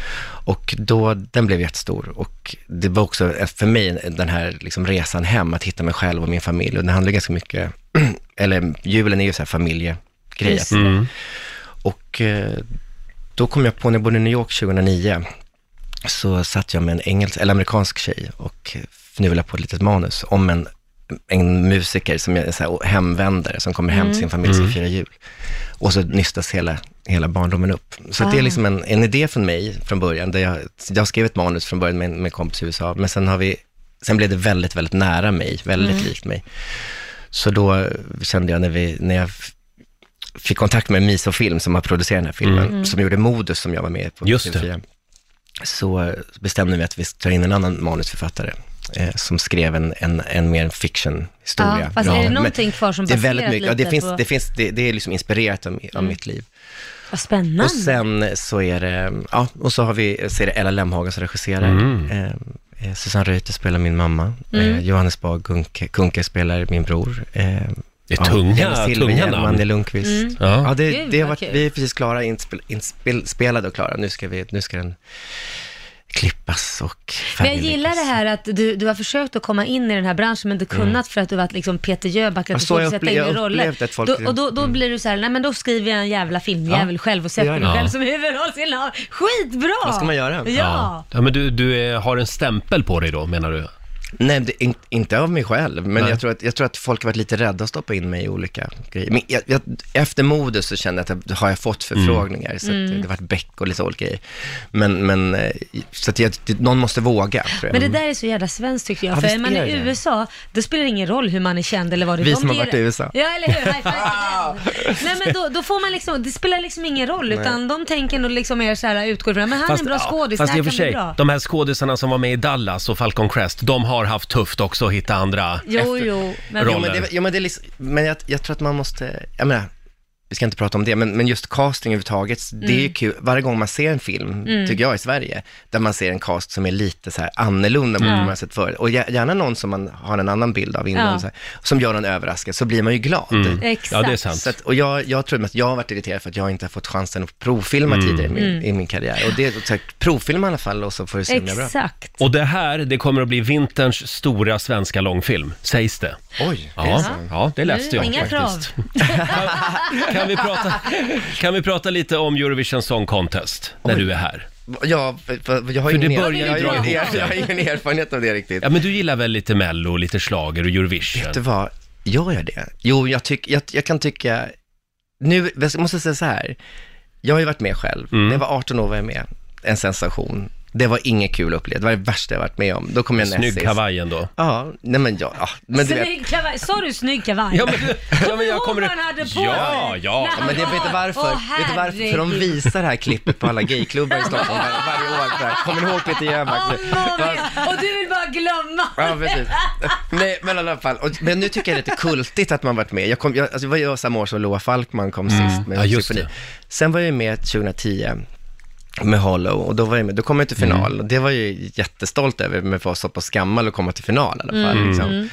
Och då, den blev jättestor och det var också eh, för mig den här liksom resan hem, att hitta mig själv och min familj. Och det handlar ganska mycket, eller julen är ju så här familjegrej.
Just
att- Och eh, då kom jag på, när jag bodde i New York 2009, eh, så satt jag med en engelsk, eller amerikansk tjej och fnulade på ett litet manus om en en musiker som är så här, hemvändare, som kommer hem till
Mm.
sin familj och ska fira jul. Och så nystas hela, hela barndomen upp. Så
Ah.
det är liksom en, en idé från mig från början, där jag, jag skrev ett manus från början med en med en kompis i USA, men sen har vi, sen blev det väldigt, väldigt nära mig, väldigt
Mm.
likt mig. Så då kände jag när, vi, när jag f- fick kontakt med Miso Film som har producerat den här filmen, som gjorde Modus som jag var med på
Mm. Just det.
TV4, så eh, bestämde vi att vi tar in en annan manusförfattare eh, som skrev en, en, en mer
Ja,
fiction-historia.
fast är det
Men
någonting kvar som
det är
baserat
väldigt mycket, ja, det,
lite
finns,
på- Mm.
det, finns, det, det är liksom inspirerat av, av mitt liv.
Vad spännande.
Och sen så är det, ja, och så har vi, så är det Ella Lemhagen som regisserar.
Mm.
Eh, eh, Susanne Reuter spelar min mamma.
Mm.
Eh, Johannes Bah Kuhnke, Kuhnke spelar min bror. Eh,
Det är tunga- tunga namn.
Manne Lundqvist.
Ja.
Ja, det,
Mm. Gud,
det har
vad
varit,
kul.
vi är precis klara, inspel, inspel, spelade och klara. Nu ska, vi, nu ska den klippas och
Men jag gillar det
färdigläggas.
här att du, du har försökt att komma in i den här branschen men inte kunnat för att du har varit liksom Peter Jöback, att
Ja,
du
Mm. så
får
jag
sätta
upple-
in i
jag
roller.
upplevt att folk- Mm.
Då, och då, då blir du så här, nej men då skriver jag en jävla filmjävel
Ja,
själv och
det gör
sätter mig
jag.
själv
Ja.
som huvudrollsinnehavare. Skitbra!
Vad ska man göra?
Ja.
ja men du, du är, har en stämpel på dig då, menar du?
Nej, det, in, inte av mig själv, men
Nej.
jag tror, att, jag tror att folk har varit lite rädda att stoppa in mig i olika grejer. Men jag, jag, efter mode så kände jag att jag, har jag fått förfrågningar, så att
Mm.
det har varit bäck och lite olika grejer. Men, men eh, så att jag, det, någon måste våga, tror jag.
Men det där är så jävla svenskt tycker jag.
Mm. Ja,
för
visst
är man
är
i
det.
USA, då spelar det ingen roll hur man är känd eller vad det är.
Vi
De
som har
ger-
varit i USA.
Ja, eller hur? High five till den. Nej, men då, då får man liksom, det spelar liksom ingen roll, utan de tänker nog liksom er så här, utgår ifrån, men han är en bra
ja,
skådis, det
fast i
här
och för
kan bli
sig,
bra.
de här skådisarna som var med i Dallas och Falcon Crest, de har haft tufft också att hitta andra.
Jo,
efter-
jo, men
Roll.
Jo, men, det, jo, men, det är liksom, men jag, jag tror att man måste, jag menar, vi ska inte prata om det, men, men just casting överhuvudtaget, det
Mm.
är ju kul. Varje gång man ser en film, tycker jag, i Sverige, där man ser en cast som är lite så här annorlunda mot vad man har sett förut, och gär- gärna någon som man har en annan bild av innan,
Ja.
så här, som gör en överraskning, så blir man ju glad.
Mm.
exakt.
Ja, det är sant.
Så att, och jag, jag tror att jag har varit irriterad för att jag inte har fått chansen att provfilma
Mm.
tidigare i min,
Mm.
i min karriär. Och det, är så här, provfilma i alla fall och så får du se om det är bra.
Exakt.
Och det här, det kommer att bli vinterns stora svenska långfilm, sägs det.
Oj, det är
Ja,
så.
ja det läste jag
Inga krav.
faktiskt. Kan vi, prata, kan vi prata lite om Eurovision Song Contest när du är här?
Ja, för, för, jag har
För det
ingen
börjar ju
jag har
dra
ingen-
ihop sig.
jag har ingen erfarenhet av det riktigt.
Ja, men du gillar väl lite Mello, lite schlager och Eurovision?
Vet du vad, gör jag det? Jo, jag, tyck, jag, jag kan tycka, nu, jag måste säga så här, jag har ju varit med själv,
Mm.
när jag var 18 år var jag med, en sensation. Det var inget kul upplevt, det var det värsta jag varit med om. Då kom jag näst
Snygg
sist.
kavaj ändå.
Ja, nej men ja, ja, men du vet,
Snygg kavaj. Sa du snygg kavaj?
Ja, men, ja, men jag kommer...
Hon hade på
Ja, ja.
sig.
ja, men det, vet du varför?
Åh,
vet du varför? För de
herregud.
visar det här klippet på alla gayklubbar i Stockholm var, varje år. så här. Kommer ni ihåg Peter Jöback?
Åh, Movi. Och du vill bara glömma.
Ja, precis. Nej, men i alla fall. Och, men nu tycker jag det är lite kultigt att man varit med. Jag, kom, jag, alltså, det var ju samma år som Loa Falkman kom sist med
Mm. Ja, just
symfoni.
det.
Sen var jag ju med 2010 med Hollow och då var jag med, då kom jag till final
Mm.
och det var jag ju jättestolt över, men för att vara så pass gammal och komma till final i alla fall.
Mm.
Liksom.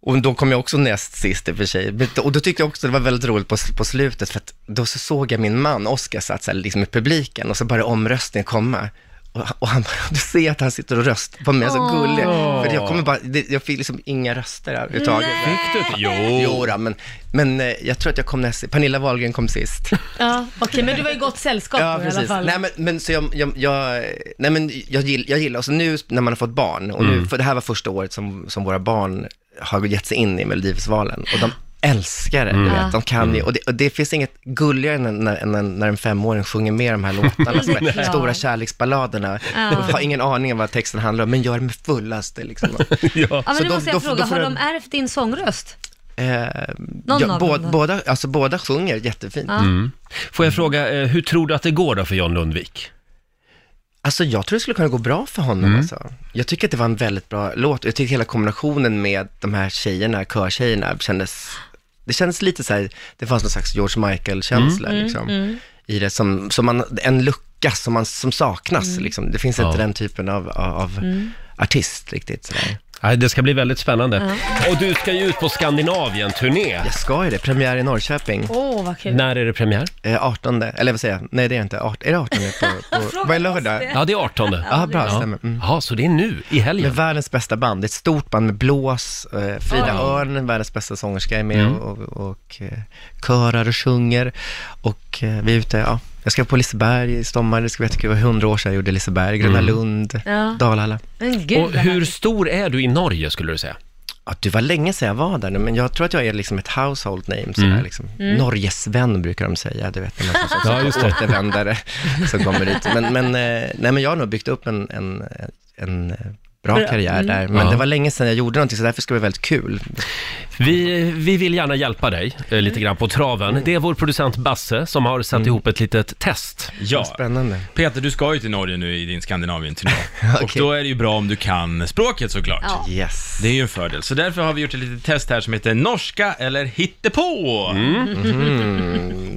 Och då kom jag också näst sist i och för sig. Men då- Och då tyckte jag också det var väldigt roligt på, på slutet, för att då så såg jag min man, Oskar, satt så här, liksom i publiken och så började omröstningen komma. Och, han- och han, du ser att han sitter och röstar på mig, så gullig. För jag kommer bara, det, jag fick liksom inga röster här överhuvudtaget.
Fick du inte? Jo.
Jo, då, men, men eh, jag tror att jag kom näst, Pernilla Wahlgren kom sist.
Ja, okej, men du var i gott sällskap
Ja,
då, i alla
precis.
fall.
Nej, men, men så jag, jag, jag, nej, men jag, gill, jag gillar, och så nu när man har fått barn, och nu, för det här var första året som, som våra barn har gett sig in i Melodifestivalen, och de älskar det, du vet, de kan ju, och det, och det finns inget gulligare än när, än när- när en femåring sjunger med de här låtarna, som
Det är
är
klart.
stora kärleksballaderna,
Ja.
och har ingen aning om vad texten handlar om, men gör det med fullaste liksom.
Ja.
Ja, men
Så
nu
då-
måste
då
jag
får-
fråga,
då får
har
den-
de ärvt din sångröst?
Eh,
Någon av
bå-
dem då?
båda, alltså, båda sjunger jättefint.
Får jag fråga, eh, hur tror du att det går då för John Lundvik?
Alltså jag tror det skulle kunna gå bra för honom alltså. Jag tycker att det var en väldigt bra låt. Jag tycker hela kombinationen med de här tjejerna, körtjejerna, kändes, det kändes lite så här, det fanns någon slags George Michael-känsla liksom, i det, som, som man, en lucka som, man, som saknas liksom. Det finns inte den typen av, av av artist riktigt sådär.
Nej, det ska bli väldigt spännande. Och du ska ju ut på Skandinavien-turné.
Jag ska ju det, premiär i Norrköping,
Åh, vad kul.
När är det premiär?
eh, 18, eller vad säger jag, nej det är inte, Art, är det 18 på, på, vad är lördag?
Ja, det är 18.
Ja, bra, stämmer. Mm.
Ja, så det är nu, i helgen.
Med världens bästa band. Det är ett stort band med blås, eh, Frida Örn, världens bästa sångerska, är med och, och, och eh, körar och sjunger. Och eh, vi är ute, ja. Jag ska på Liseberg i sommar, det ska bli jättekul. Det var hundra år sedan jag gjorde Liseberg, Gröna Lund,
Ja.
Dalhalla.
Men gud,
och
vad
hur
härligt.
stor är du i Norge skulle du säga?
att du var länge sedan jag var där nu, men jag tror att jag är liksom ett household name. Sådär, liksom. Norgesvän brukar de säga, du vet, när man som
Ja, just det.
återvändare som kommer dit. Men, men, eh, nej, men jag har nog byggt upp en, en, en eh, bra karriär där, men
Ja.
det var länge sedan jag gjorde någonting, så därför ska det bli väldigt kul.
Vi, vi vill gärna hjälpa dig eh, lite grann på traven. Det är vår producent Basse som har satt ihop ett litet test.
Ja,
Spännande.
Peter, du ska ju till Norge nu i din Skandinavien-turné. Och
Okej.
då är det ju bra om du kan språket såklart.
Ja.
Yes.
Det är ju en fördel. Så därför har vi gjort ett litet test här som heter Norska eller hittepå.
Mm.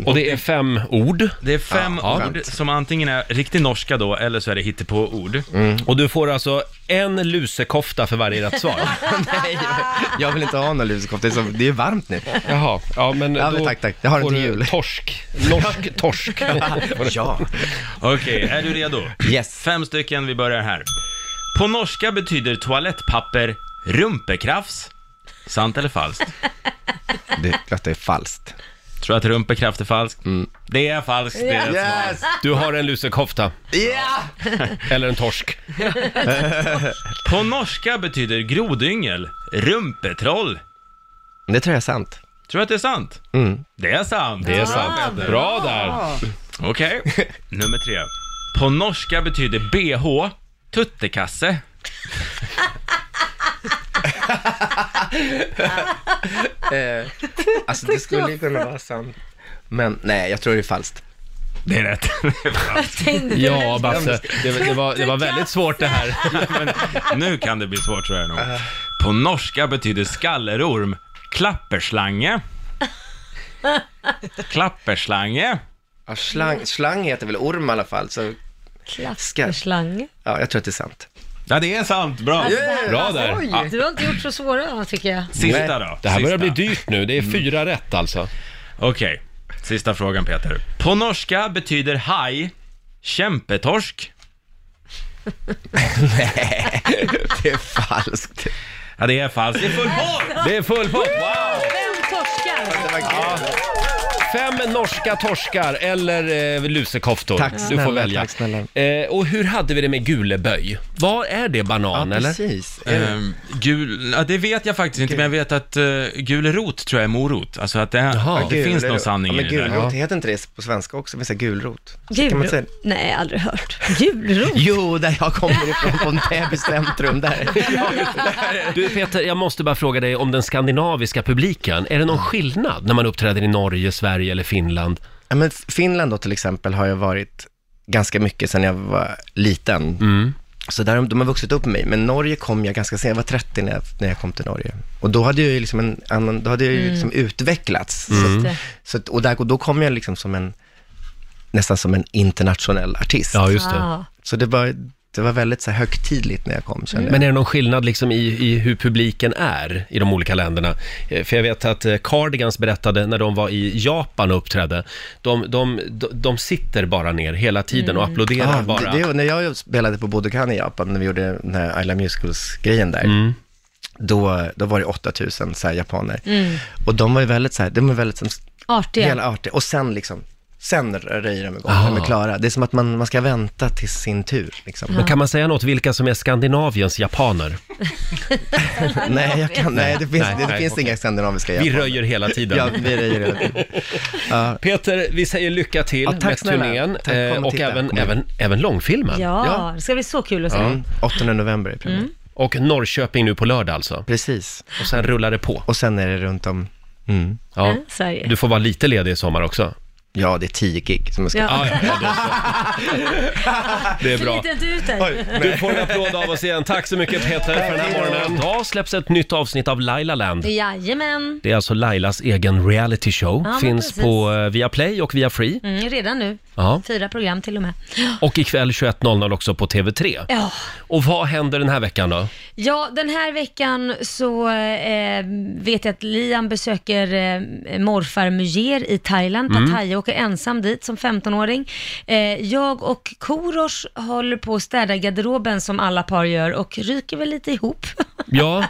Och det är fem ord.
Det är fem
Ja,
ord som antingen är riktig norska då, eller så är det hittepå-ord.
Och du får alltså en lusekofta för varje rätt svar.
Nej, jag vill inte ha någon lusekofta, det är så- det är ju varmt nu.
Jaha, ja men
Ja, men
då
tack, tack. Jag har en
får
till
du
jul.
Torsk. Norsk torsk.
Ja.
Okej, är du redo?
Yes.
Fem stycken, vi börjar här. På norska betyder toalettpapper rumpekrafs. Sant eller falskt?
Det låter falskt.
Tror du att rumpekraft är falskt?
Mm.
Det är falskt, det är rätt svar.
Du har en lusekofta. Eller en torsk.
På norska betyder grodyngel rumpetroll.
Det tror jag är sant.
Tror du att det är sant? Det är sant.
Mm. Det är sant. Bra där.
Okej, nummer tre. På norska betyder bh tuttekasse.
Alltså det skulle ju kunna vara sant. Men nej, jag tror det är falskt.
Det är rätt.
Tänkte
Ja, Basse. Det, det, var, det var väldigt svårt det här.
nu kan det bli svårt tror jag nog. På norska betyder skallerorm klapperslange. Klapperslange.
Ja, slang, slang heter väl orm i alla fall, så
Klapperslang.
ja, jag tror att det är sant.
Ja, det är sant. Bra.
Bra där.
Ja.
Du har inte gjort så svåra tycker jag.
Sista då.
Det här börjar
Sista.
bli dyrt nu. Det är fyra rätt alltså.
Okej, sista frågan Peter. På norska betyder haj kämpetorsk.
Det är falskt.
Ja, det är falskt. Det är full pott!
Det är full pott. Wow!
Vem torskar?
Det var kul.
Fem norska torskar eller eh, lusekoftor.
Tack
du får
snälla,
välja.
tack snälla.
Eh, och hur hade vi det med guleböj? Vad är det, banan
Ja,
eller?
precis.
Ehm, gul, ja, det vet jag faktiskt inte, men jag vet att uh, gul rot tror jag är morot. Alltså att det,
Jaha.
att det finns någon sanning
ja,
i
men
det där.
gulrot, heter inte det på svenska också? Det finns det gulrot? Kan man säga?
Julrot? Nej, aldrig hört. Julrot?
Jo, där jag kommer ifrån, på Täby centrum där.
Du Peter, jag måste bara fråga dig om den skandinaviska publiken. Är det någon skillnad när man uppträder i Norge, Sverige eller Finland?
Ja, men Finland då till exempel har jag varit ganska mycket sedan jag var liten.
Mm.
Så där, de har vuxit upp mig, men Norge kom jag ganska sent, jag var 30 när jag, när jag kom till Norge. Och då hade jag ju liksom en annan, då hade jag ju liksom utvecklats.
Mm,
Så,
det.
så, att- och där, och då kom jag liksom som en, nästan som en internationell artist.
just
Ah.
Så det var, det var väldigt så här högtidligt när jag kom, kände
Men är det någon skillnad liksom i, i hur publiken är i de olika länderna? Eh, För jag vet att eh, Cardigans berättade när de var i Japan och uppträdde, de, de, de, de sitter bara ner hela tiden
Mm.
och
jag.
applåderar
Ja,
bara.
Ah, det, det, var när jag spelade på Budokan i Japan, när vi gjorde den här I Love Musicals-grejen där,
Mm.
då, då var det 8000 så här, japaner. Och de var ju väldigt så här, de var väldigt som,
Artiga.
hela artiga. Och sen liksom, sen röjer de igång, de är klara. Det är som att man, man ska vänta till sin tur. Liksom.
Men kan man säga något vilka som är Skandinaviens japaner?
Nej, jag kan, nej, det finns,
Nej,
det, det
nej,
finns
okej.
inga skandinaviska
Vi
japaner.
röjer hela tiden.
Ja, vi röjer hela tiden.
Peter, vi säger lycka till
Ja, tack
med
snälla.
turnén
Tack, kom
eh,
och
och
titta.
även,
Kom igen.
även, även långfilmen.
Ja,
Ja.
det ska bli så kul att se.
Mm. 8 november är premiär.
Och Norrköping nu på lördag alltså.
Precis.
Och sen rullar det på.
Och sen är det runt om, mm.
Ja.
Mm, Sverige.
Du får vara lite ledig i sommar också.
ja, det är 10 gig som jag ska
Ja.
Ah, Det är bra.
Sliter inte ut den.
Du får en applåd av oss igen. Tack så mycket Peter för den här morgonen. Idag släpps ett nytt avsnitt av Lailaland.
Jajamän.
Det är alltså Lailas egen reality show.
Ja, men
Finns
precis.
på eh, Viaplay och via Free.
Mm, redan nu.
Ja.
Fyra program till och med.
Och ikväll 21.00 också på TV3.
Ja.
Och vad händer den här veckan då?
Ja, den här veckan så eh, vet jag att Liam besöker eh, morfar Mujer i Thailand. Pattaya åker ensam dit som 15-åring. Eh, jag och Korosh håller på att städa garderoben som alla par gör och ryker väl lite ihop.
Ja,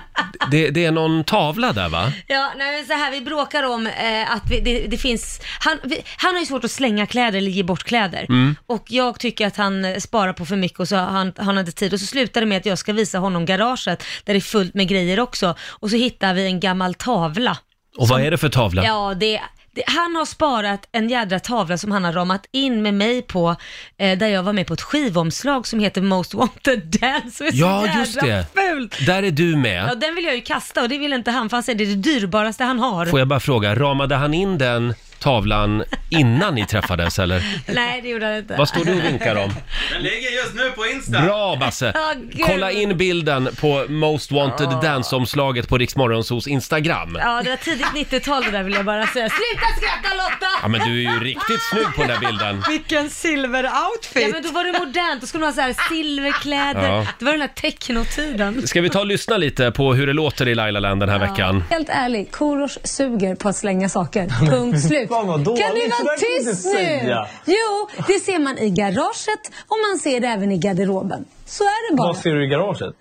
det, det är någon tavla där va?
Ja, nej men så här, vi bråkar om eh, att vi, det, det finns, han, vi, han har ju svårt att slänga kläder eller ge bort kläder.
Mm.
Och jag tycker att han eh, sparar på för mycket och så har han, han hade tid. Och så slutar det med att jag ska visa honom garaget där det är fullt med grejer också. Och så hittar vi en gammal tavla.
Och vad är det för tavla?
Ja, det, det, han har sparat en jädra tavla som han har ramat in med mig på, eh, där jag var med på ett skivomslag som heter Most Wanted Dance. som är så
Ja,
jädra
just det.
Fult.
Där är du
Ja,
med.
den vill jag ju kasta och det vill inte han, för han säger det är det dyrbaraste han har.
Får jag bara fråga, ramade han in den tavlan innan ni träffades eller?
Nej, det gjorde han inte.
Vad står du och vinkar om?
Den ligger just nu på Insta.
Bra Basse!
Ja, gud.
Kolla in bilden på Most Wanted Dance-omslaget på Rix Morgonzos Instagram.
Ja, det var tidigt 90-tal det där vill jag bara säga. Sluta skratta Lotta!
Ja men du är ju riktigt snygg på den där bilden.
Vilken silver-outfit!
Ja men då var det modernt, då skulle man ha så här silverkläder.
Ja.
Det var den här technotiden.
Ska vi ta och lyssna lite på hur det låter i Lailaland den här veckan?
Helt ärligt, Korosh suger på att slänga saker. Punkt slut.
Fan, vad dåligt.
Kan ni
Så
vara
där kan du inte
tyst nu?
säga.
Jo, det ser man i garaget och man ser det även i garderoben. Så är det bara.
Vad ser du i garaget?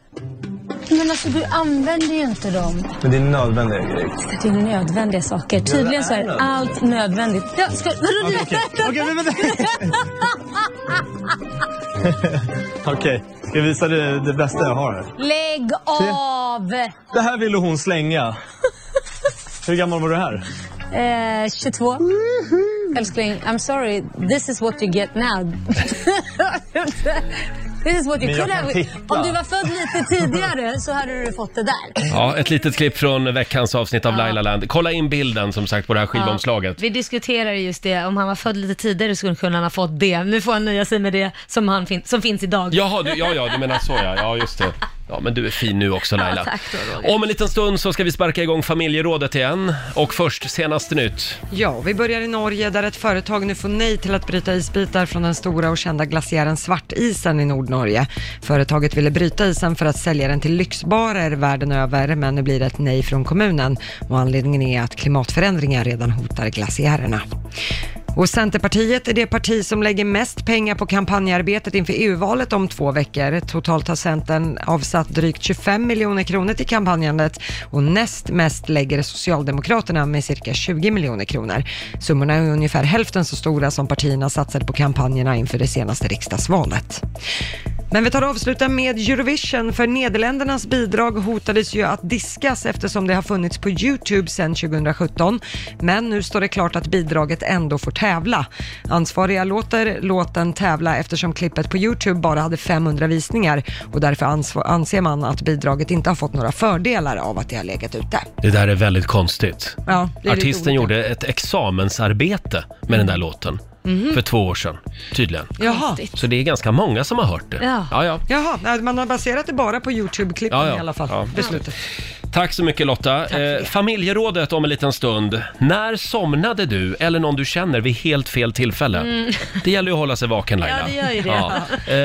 Men alltså du använder ju inte dem.
Men det är nödvändiga grejer.
För det är nödvändiga saker. Tydligen så är allt nödvändigt. Ja, ska, vadå nödvändigt?
Ah, Okej, men vänta. Okej, ska jag visa dig det bästa jag har här?
Lägg av!
Det här ville hon slänga. Hur gammal var du här?
Eh, 22. Älskling, I'm sorry. This is what you get now. This is what you
Men jag
could
kan
have.
titta.
Om du var född lite tidigare så hade du fått det där.
Ja, ett litet klipp från veckans avsnitt av Lailaland. Kolla in bilden som sagt på det här skivomslaget.
Vi diskuterade just det, om han var född lite tidigare skulle han ha fått det. Nu får han nöja sig med det som, han fin- som finns idag.
Jaha, du, ja, ja, du menar så ja. Ja, just det. Ja, men du är fin nu också Laila.
Ja, tack då, Roger.
Om en liten stund så ska vi sparka igång familjerådet igen. Och först, senaste nytt.
Ja, vi börjar i Norge där ett företag nu får nej till att bryta isbitar från den stora och kända glaciären Svartisen i Nordnorge. Företaget ville bryta isen för att sälja den till lyxbarer världen över, men nu blir det ett nej från kommunen och anledningen är att klimatförändringar redan hotar glaciärerna. Och Centerpartiet är det parti som lägger mest pengar på kampanjarbetet inför EU-valet om två veckor. Totalt har Centern avsatt drygt 25 miljoner kronor till kampanjandet och näst mest lägger Socialdemokraterna med cirka 20 miljoner kronor. Summorna är ungefär hälften så stora som partierna satsade på kampanjerna inför det senaste riksdagsvalet. Men vi tar och avslutar med Eurovision, för Nederländernas bidrag hotades ju att diskas eftersom det har funnits på Youtube sedan 2017. Men nu står det klart att bidraget ändå får tävla. Ansvariga låter låten tävla eftersom klippet på Youtube bara hade 500 visningar och därför ans- anser man att bidraget inte har fått några fördelar av att det har legat ute.
Det där är väldigt konstigt.
Ja, det är lite
Artisten
olika.
gjorde ett examensarbete med den där låten.
Mhm.
För två år sedan, tydligen.
Jaha.
Så det är ganska många som har hört det.
Ja.
ja. ja.
Jaha, nej, man har baserat det bara på Youtube-klippen
Ja, ja.
i alla fall,
Ja.
beslutet.
Tack så mycket Lotta. Eh, familjerådet om en liten stund. När somnade du eller någon du känner vid helt fel tillfälle? Det gäller ju att hålla sig vaken Laila.
Mm. Ja, det gör ju det.
Ja. Eh,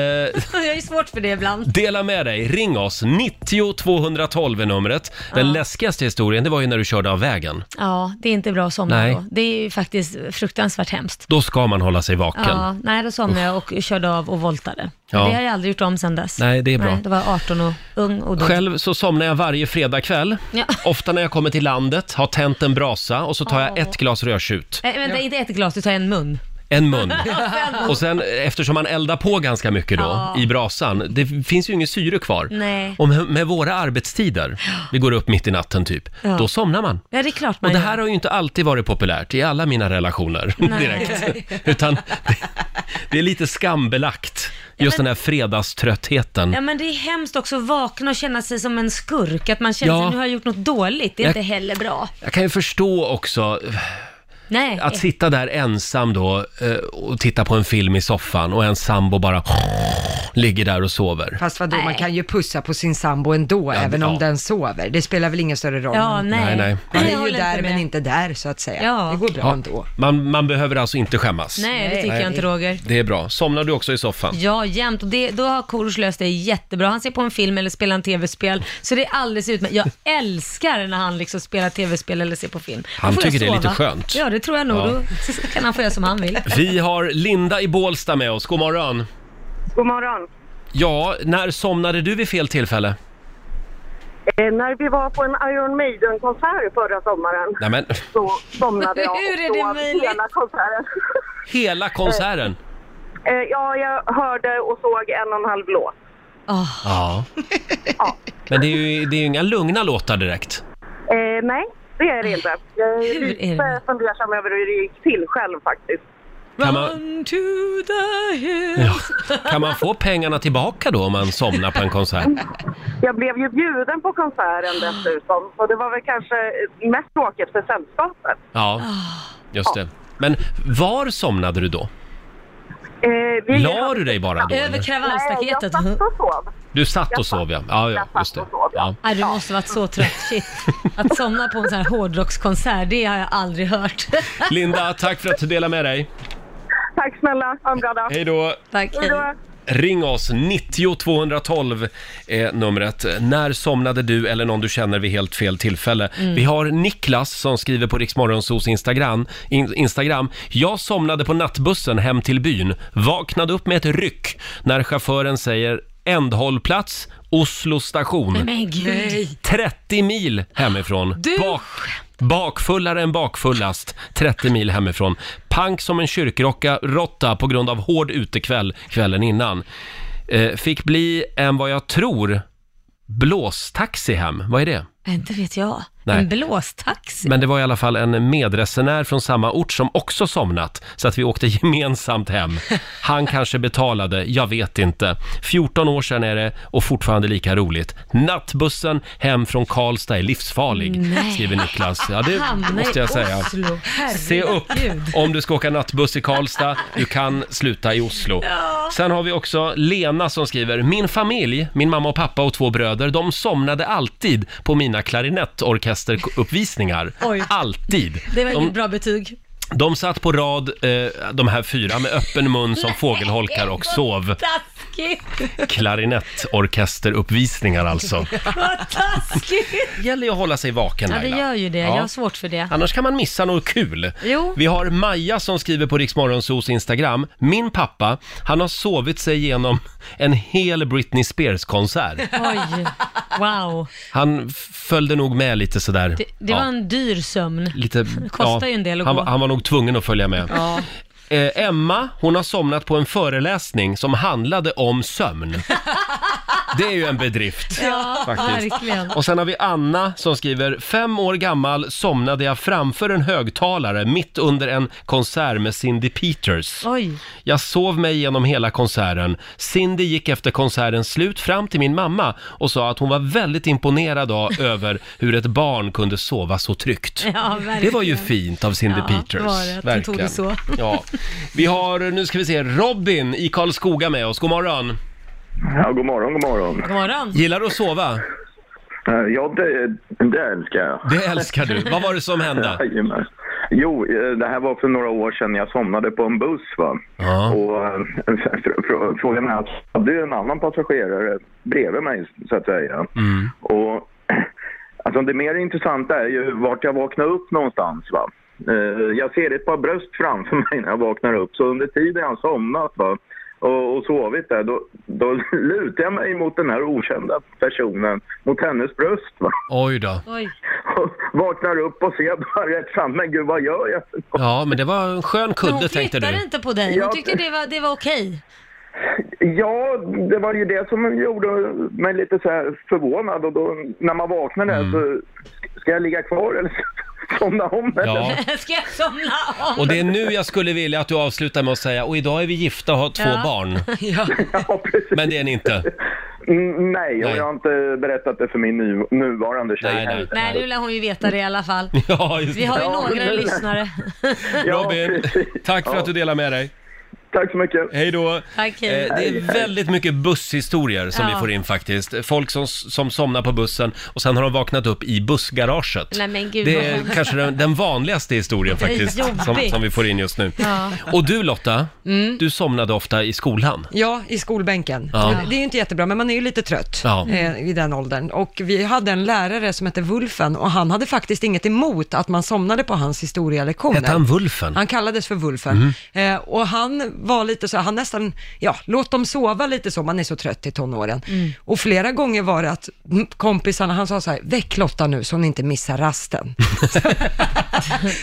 Jag är ju svårt för det ibland.
Dela med dig, ring oss. 90 212 är numret. Den läskigaste historien, det var ju när du körde av vägen.
Ja, det är inte bra att somna
Nej.
då. Det är ju faktiskt fruktansvärt hemskt.
Då ska man hålla sig vaken.
Ja, nej, då somnade jag och körde av och voltade.
Ja.
Det har jag aldrig gjort om sedan dess.
Nej, det är bra.
då var jag 18 och ung och dum.
Själv så somnar jag varje fredagkväll.
Ja.
Ofta när jag kommer till landet, har tänt en brasa och så tar jag
Ja.
ett glas rödtjut.
Nej, vänta, inte ett glas, du tar en mun.
En mun. Och sen eftersom man eldar på ganska mycket då
Ja.
i brasan, det finns ju inget syre kvar.
Nej.
Och med, med våra arbetstider, vi går upp mitt i natten typ,
Ja.
då somnar man.
Ja, det är klart man
Och det
gör.
här har ju inte alltid varit populärt i alla mina relationer direkt. Utan det, det är lite skambelagt, just den här fredagströttheten.
Ja men det är hemskt också att vakna och känna sig som en skurk, att man känner
Ja.
sig nu har jag gjort något dåligt, det är
Jag-
inte heller bra.
Jag kan ju förstå också
Nej.
att sitta där ensam då eh, och titta på en film i soffan och en sambo bara ligger där och sover.
Fast vadå, man kan ju pussa på sin sambo ändå, även
ja.
om den sover. Det spelar väl ingen större roll.
ja,
men
nej.
Nej, nej.
Jag
Man är ju
håller
där men
med.
inte där så att säga.
Ja.
Det går bra
Ja,
ändå.
man, man behöver alltså inte skämmas.
Nej, det tycker
Nej.
jag inte Roger.
Det är bra. Somnar du också i soffan?
Ja, jämt. Och det, då har Korosh löst det jättebra. Han ser på en film eller spelar en tv-spel, så det är alldeles utmärkt. Jag älskar när han liksom spelar tv-spel eller ser på film. Då
Han
får jag
tycker det är lite
sova.
skönt.
Ja, det tror jag nog.
Ja.
Då kan han få göra som han vill.
Vi har Linda i Bålsta med oss. God morgon.
God morgon.
Ja, när somnade du vid fel tillfälle?
Eh, när vi var på en Iron Maiden-konsert förra sommaren
Nej, men,
så somnade jag
Hur är
och
det
sov
möjligt?
hela konserten.
hela konserten.
Eh, ja, jag hörde och såg en och en halv låt.
Ja. Men det är ju, det är ju inga lugna låtar direkt.
Eh, nej, det är det inte. Jag är
Hur är det
lite fundersam över hur det gick till själv faktiskt.
Kan man,
Run to the hills.
kan man få pengarna tillbaka då om man somnar på en konsert?
Jag blev ju bjuden på konserten
Ah.
dessutom, så det var väl kanske mest tråkigt för sällskapet.
Ja, just det. Men var somnade du då?
Eh, vi-
La du dig bara då?
Över
Eller?
Nej, jag
kravallstaketet.
satt och sov.
Du satt och sov ja. Ja, ja
Jag satt
just det.
och sov,
Ja.
ja.
Nej, du måste varit så trött. Shit. Att somna på en sån här hårdrockskonsert, det har jag aldrig hört.
Linda, tack för att du delade med dig.
Tack snälla, ha en bra dag.
Hej då!
Tack, hej.
då.
Ring oss, 90 212 är numret. När somnade du eller någon du känner vid helt fel tillfälle? Vi har Niklas som skriver på Riksmorgonsos Instagram, in, Instagram. Jag somnade på nattbussen hem till byn. Vaknade upp med ett ryck när chauffören säger ändhållplats, Oslo station.
Men gud.
30 mil hemifrån. Bak, bakfullare än bakfullast. 30 mil hemifrån. Pank som en kyrkrocka råtta på grund av hård utekväll kvällen innan. Eh, fick bli en, vad jag tror, blåstaxi hem. Vad är det?
Inte vet jag.
Nej.
En blåstaxi.
Men det var i alla fall en medresenär från samma ort som också somnat, så att vi åkte gemensamt hem. Han kanske betalade, jag vet inte. 14 år sedan är det och fortfarande lika roligt. Nattbussen hem från Karlstad är livsfarlig,
Nej.
skriver Niklas. Ja, det
Hamna i
måste jag säga.
Oslo. Herregud.
Se upp om du ska åka nattbuss i Karlstad. Du kan sluta i Oslo. Sen har vi också Lena som skriver, min familj, min mamma och pappa och två bröder, de somnade alltid på mina klarinettorkesteruppvisningar.
Oj.
Alltid.
Det var inget
De,
bra betyg.
de satt på rad, eh, de här fyra, med öppen mun som fågelholkar och sov.
Taskigt!
Klarinettorkesteruppvisningar alltså.
Vad taskigt!
Det gäller ju att hålla sig vaken
Ja, det
Laila.
gör ju det.
Ja.
Jag har svårt för det.
Annars kan man missa något kul.
Jo.
Vi har Maja som skriver på Riksmorgonsos Instagram. Min pappa, han har sovit sig igenom en hel Britney Spears-konsert.
Oj, wow.
Han f- följde nog med lite sådär.
Det, det var en dyr sömn.
Lite,
kostar ju en del att
han,
gå.
var- han var nog tvungen att följa med. Eh, Emma, hon har somnat på en föreläsning som handlade om sömn. Det är ju en bedrift.
Ja,
Faktiskt.
verkligen.
Och sen har vi Anna som skriver, fem år gammal somnade jag framför en högtalare mitt under en konsert med Cindy Peters.
Oj.
Jag sov mig genom hela konserten. Cindy gick efter konsertens slut fram till min mamma och sa att hon var väldigt imponerad av, över hur ett barn kunde sova så tryggt.
Ja,
Det
verkligen.
var ju fint av Cindy
Ja,
Peters.
det var det, att hon tog det så.
Ja. Vi har, nu ska vi se, Robin i Karlskoga med oss. God morgon.
Ja, god morgon, god morgon.
God morgon.
Gillar du att sova?
Eh, Ja, det, det älskar jag.
Det älskar du. Vad var det som hände?
Jajamän. Jo, eh, det här var för några år sedan. Jag somnade på en buss. Va?
Ja.
Och, eh, fr- fr- frågan är att jag hade ju en annan passagerare bredvid mig, så att säga. Och, alltså, det mer intressanta är ju vart jag vaknade upp någonstans. Va? Eh, Jag ser ett par bröst framför mig när jag vaknar upp, så under tiden jag har somnat va? Och, och sovit där, då, då lutar jag mig mot den här okända personen, mot hennes bröst. Va?
Oj då.
Oj.
Och vaknar upp och ser bara rätt fram. Men gud, vad gör jag?
Ja, men det var en skön
Men hon
kudde tänkte
flyttade
du.
inte på dig. Hon
Ja.
tyckte det var, det var okej.
Ja, det var ju det som gjorde mig lite så här förvånad. Och då, när man vaknar
Mm.
där så ska jag ligga kvar eller ska- somna om? Eller?
Ja.
Ska jag somna om?
Och det är nu jag skulle vilja att du avslutar med att säga och idag är vi gifta och har två
Ja.
barn.
Ja, precis.
Men det är ni inte.
Mm, nej, och
Nej.
jag har inte berättat det för min nu, nuvarande tjej
Nej, nej.
heller.
Nej, nu lär hon ju veta det i alla fall.
Ja, just
Vi har ju
det.
Ja,
några
men-
lyssnare.
Ja,
Robin,
precis.
tack för
Ja.
att du delar med dig.
Tack så mycket.
Hej då!
Tack, hej.
Eh, Det
Hej,
är
hej.
väldigt mycket busshistorier som
Ja.
vi får in faktiskt. Folk som, som somnar på bussen och sen har de vaknat upp i bussgaraget.
Nej, men gud,
det
vad
är
hemskt.
kanske den, den vanligaste historien
Det är
faktiskt som,
jobbigt.
som vi får in just nu.
Ja. Mm.
Och du Lotta, du somnade ofta i skolan.
Ja, i skolbänken.
Ja.
Det är ju inte jättebra, men man är ju lite trött
Ja.
eh, i den åldern. Och vi hade en lärare som hette Wulfen och han hade faktiskt inget emot att man somnade på hans historielektioner.
Hette han Wulfen?
Mhm.
Han kallades för Wulfen. Eh, och han var lite så, han nästan, ja, låt dem sova lite så, man är så trött i tonåren.
Mm.
Och flera gånger var det att mm, kompisarna, han sa så här, väck Lotta nu så hon inte missar rasten.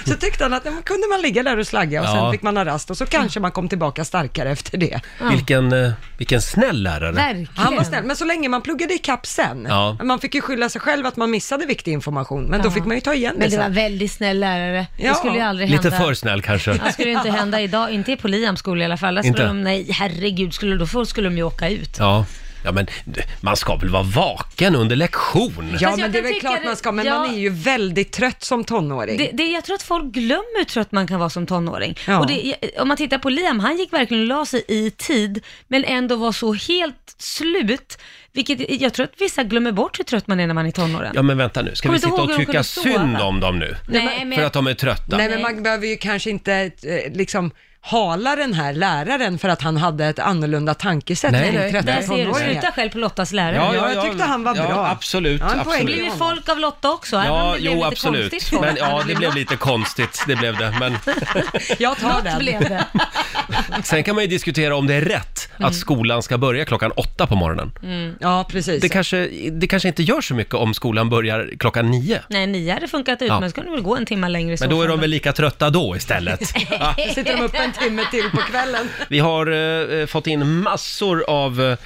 så tyckte han att ja, men kunde man ligga där och slagga och
Ja.
sen fick man ha rast och så kanske man kom tillbaka starkare efter det.
Vilken, eh, vilken snäll lärare.
Han var snäll, men så länge man pluggade ikapp sen.
Ja.
Man fick ju skylla sig själv att man missade viktig information, men
Ja.
då fick man ju ta igen
Men
det
det var
sen.
väldigt snäll lärare.
Ja.
Det skulle ju aldrig
Lite
hända.
för snäll kanske.
Det skulle ju inte hända idag, inte på Liams skola i alla fall. Där skulle
Inte?
de, nej herregud, skulle, då får- skulle de ju åka ut.
Ja. ja, men d- man ska väl vara vaken under lektion?
Ja,
jag
men det är
kan
väl
tycka
klart
det-
man ska, men
ja.
man är ju väldigt trött som tonåring.
Det, det, jag tror att folk glömmer hur trött man kan vara som tonåring.
Ja.
Och det, om man tittar på Liam, han gick verkligen och la sig i tid, men ändå var så helt slut. Vilket jag tror att vissa glömmer bort hur trött man är när man är tonåren.
Ja, men vänta nu. Ska
Kommer
vi
inte
sitta och
ihåg hur de
tycka
kunde sova?
synd om dem nu?
Nej, men-
För att de är trötta?
Nej, men man behöver ju kanske inte eh, liksom hala den här läraren för att han hade ett annorlunda tankesätt
Nej,
än
nej,
trötta
nej. Där ser du,
tonåringar.
Sluta själv på Lottas lärare.
Ja, ja, ja. Ja, absolut,
Ja, en
absolut.
poäng. Det blev ju folk av Lotta också, även om
Ja,
det blev
jo
lite
absolut.
konstigt folk.
Men, ja, det blev lite konstigt, det blev det. Men
Jag tar
Något
den.
blev det.
sen kan man ju diskutera om det är rätt
Mm.
att skolan ska börja klockan åtta på morgonen.
Ja, precis.
Det kanske, det kanske inte gör så mycket om skolan börjar klockan nio.
Nej, nio hade funkat ut,
Ja.
men så kunde det väl gå en timme längre i så
Men då är
fall.
de väl lika trötta då istället. Ja.
Sitter de uppe en timme till på kvällen?
Vi har eh, fått in massor av eh,